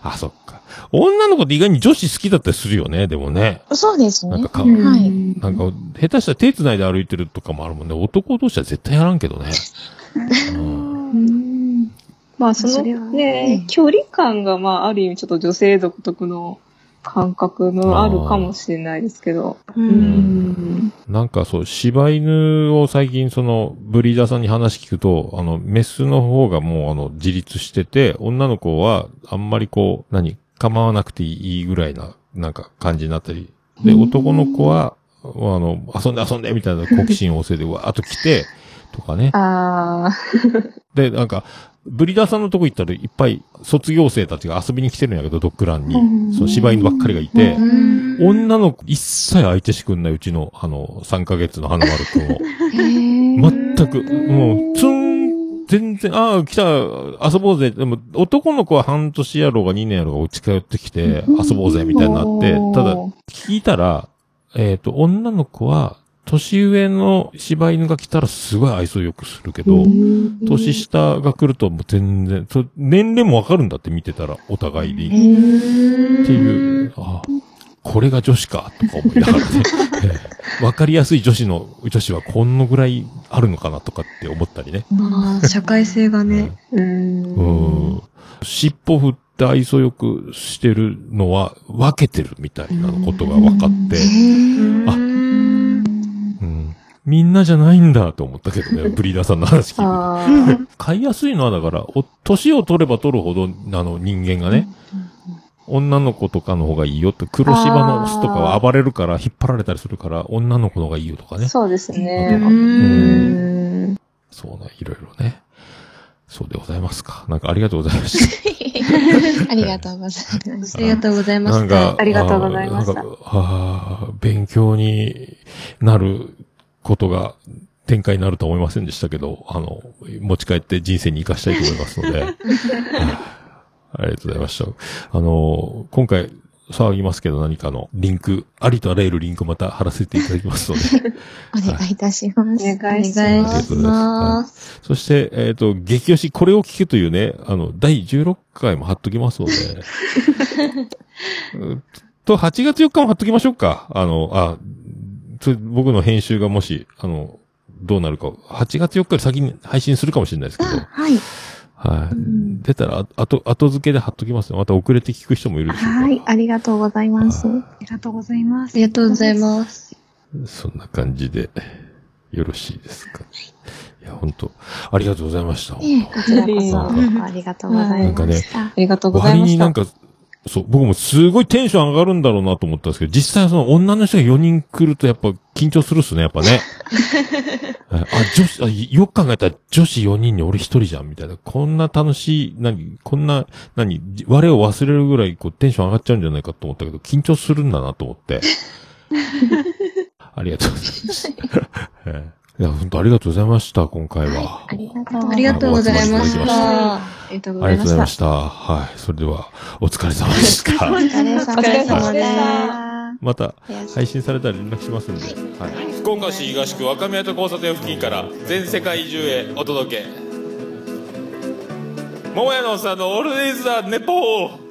Speaker 1: あ、そっか。女の子って意外に女子好きだったりするよね、でもね。
Speaker 7: そうです
Speaker 1: なん
Speaker 7: ね
Speaker 1: か。か、
Speaker 7: はい。
Speaker 1: なんか、下手したら手繋いで歩いてるとかもあるもんね。男同士は絶対やらんけどね。うん
Speaker 3: まあ、その
Speaker 7: それは
Speaker 3: ね、
Speaker 7: ね
Speaker 3: 距離感が、まあ、ある意味、ちょっと女性独特の感覚のあるかもしれないですけど。
Speaker 2: うん。
Speaker 1: なんかそう、柴犬を最近その、ブリーダーさんに話聞くと、あの、メスの方がもうあの、自立してて、女の子はあんまりこう、何、構わなくていいぐらいな、なんか感じになったり。で、男の子は、あの、遊んで遊んでみたいな好奇心旺盛でわーっと来て、とかね。
Speaker 2: あ
Speaker 1: で、なんか、ブリーダーさんのとこ行ったらいっぱい卒業生たちが遊びに来てるんやけど、ドッグラン
Speaker 7: うん
Speaker 1: に。その柴犬ばっかりがいて
Speaker 7: う、
Speaker 2: ん
Speaker 1: 女の子一切相手してくんない、うちの、あの、3ヶ月の花丸くんを。
Speaker 7: へ
Speaker 1: 全く、もう、ツン、全然、ああ、来た、遊ぼうぜ。でも、男の子は半年やろうが2年やろうが落ち通ってきて、遊ぼうぜ、みたいになって、ただ、聞いたら、えっ、と、女の子は、年上の柴犬が来たらすごい愛想よくするけど、年下が来るともう全然、そ年齢もわかるんだって見てたら、お互いに。っていう、あこれが女子か、とか思いながらね。ええわかりやすい女子の、女子はこのぐらいあるのかなとかって思ったりね。
Speaker 2: あー、社会性がね。
Speaker 1: うん。尻尾振って愛想よくしてるのは分けてるみたいなことが分かって、あうん、みんなじゃないんだと思ったけど
Speaker 3: <laughs>
Speaker 1: ね、ブリーダーさんの話聞いて。飼いやすいのはだから、お、年を取れば取るほど、あの、人間がね、女の子とかの方がいいよって、黒芝のオスとかは暴れるから、引っ張られたりするから、女の子の方がいいよとかね。
Speaker 3: そうです
Speaker 1: う
Speaker 3: ね。
Speaker 1: んそうね、いろいろね。そうでございますか。なんかありがとうございました。
Speaker 7: <laughs> ありがとうございます
Speaker 2: あ。りがとうございま
Speaker 1: なん
Speaker 2: し
Speaker 1: か
Speaker 2: た。、
Speaker 3: ありがとうございました
Speaker 1: あーなんかあー勉強になることが展開になるとは思いませんでしたけど、あの、持ち帰って人生に活かしたいと思います
Speaker 3: <laughs>
Speaker 1: ので。はいありがとうございました。あの、今回、騒ぎますけど何かのリンク、ありとあらゆるリンクまた貼らせていただきますので。
Speaker 7: お願いいたします。
Speaker 3: お願いし
Speaker 2: お願いします。
Speaker 1: そして、えっ、と、激推し、これを聞けというね、あの、第16回も貼っときます
Speaker 7: <laughs>
Speaker 1: ので。うっと、8月4日も貼っときましょうか。あの、あ、それ僕の編集がもし、あの、どうなるか、8月4日より先に配信するかもしれないですけど、
Speaker 7: はい。
Speaker 1: はい。
Speaker 7: ん
Speaker 1: 出たら、あ後、後付けで貼っときますね。また遅れて聞く人もいるでしょうから。
Speaker 7: はい。ありがとうございます。
Speaker 5: ありがとうございま
Speaker 2: あ
Speaker 5: す。
Speaker 2: りがとうございます。
Speaker 1: そんな感じで、よろしいですか。いや、本当ありがとうございました。
Speaker 7: ええこちらこ
Speaker 1: うん
Speaker 7: そ、ありがとうございました。
Speaker 3: ありがとうござい
Speaker 1: 割
Speaker 3: ま
Speaker 1: に
Speaker 3: し
Speaker 1: な
Speaker 3: た
Speaker 1: ん。か、そう、僕もすごいテンション上がるんだろうなと思ったんですけど、実際はその女の人が4人来るとやっぱ緊張するっすね、やっぱね。あ、女子、あよく考えたら女子4人に俺1人じゃん、みたいな。こんな楽しい、何、こんな、何、我を忘れるぐらいこうテンション上がっちゃうんじゃないかと思ったけど、緊張するんだなと思って。ありがとうございます。ええいや、本当ありがとうございました、今回は。
Speaker 7: ありがとうございます。
Speaker 2: ありがとうございま
Speaker 1: お
Speaker 2: し。
Speaker 1: 集まりいただきました
Speaker 2: あ
Speaker 3: りがとう
Speaker 1: ありがとうございました。はい。それでは、お疲れ様でした。
Speaker 7: お疲れ様
Speaker 3: お疲
Speaker 7: で
Speaker 3: れ
Speaker 7: し
Speaker 3: 様でした
Speaker 7: た。
Speaker 1: また
Speaker 7: おやすみ
Speaker 1: 配信されたら連絡しますんで、はい、福岡市東区若宮と交差点付近から全世界中へお届け桃屋のおっさんのオールディーズ・ザ・ネポー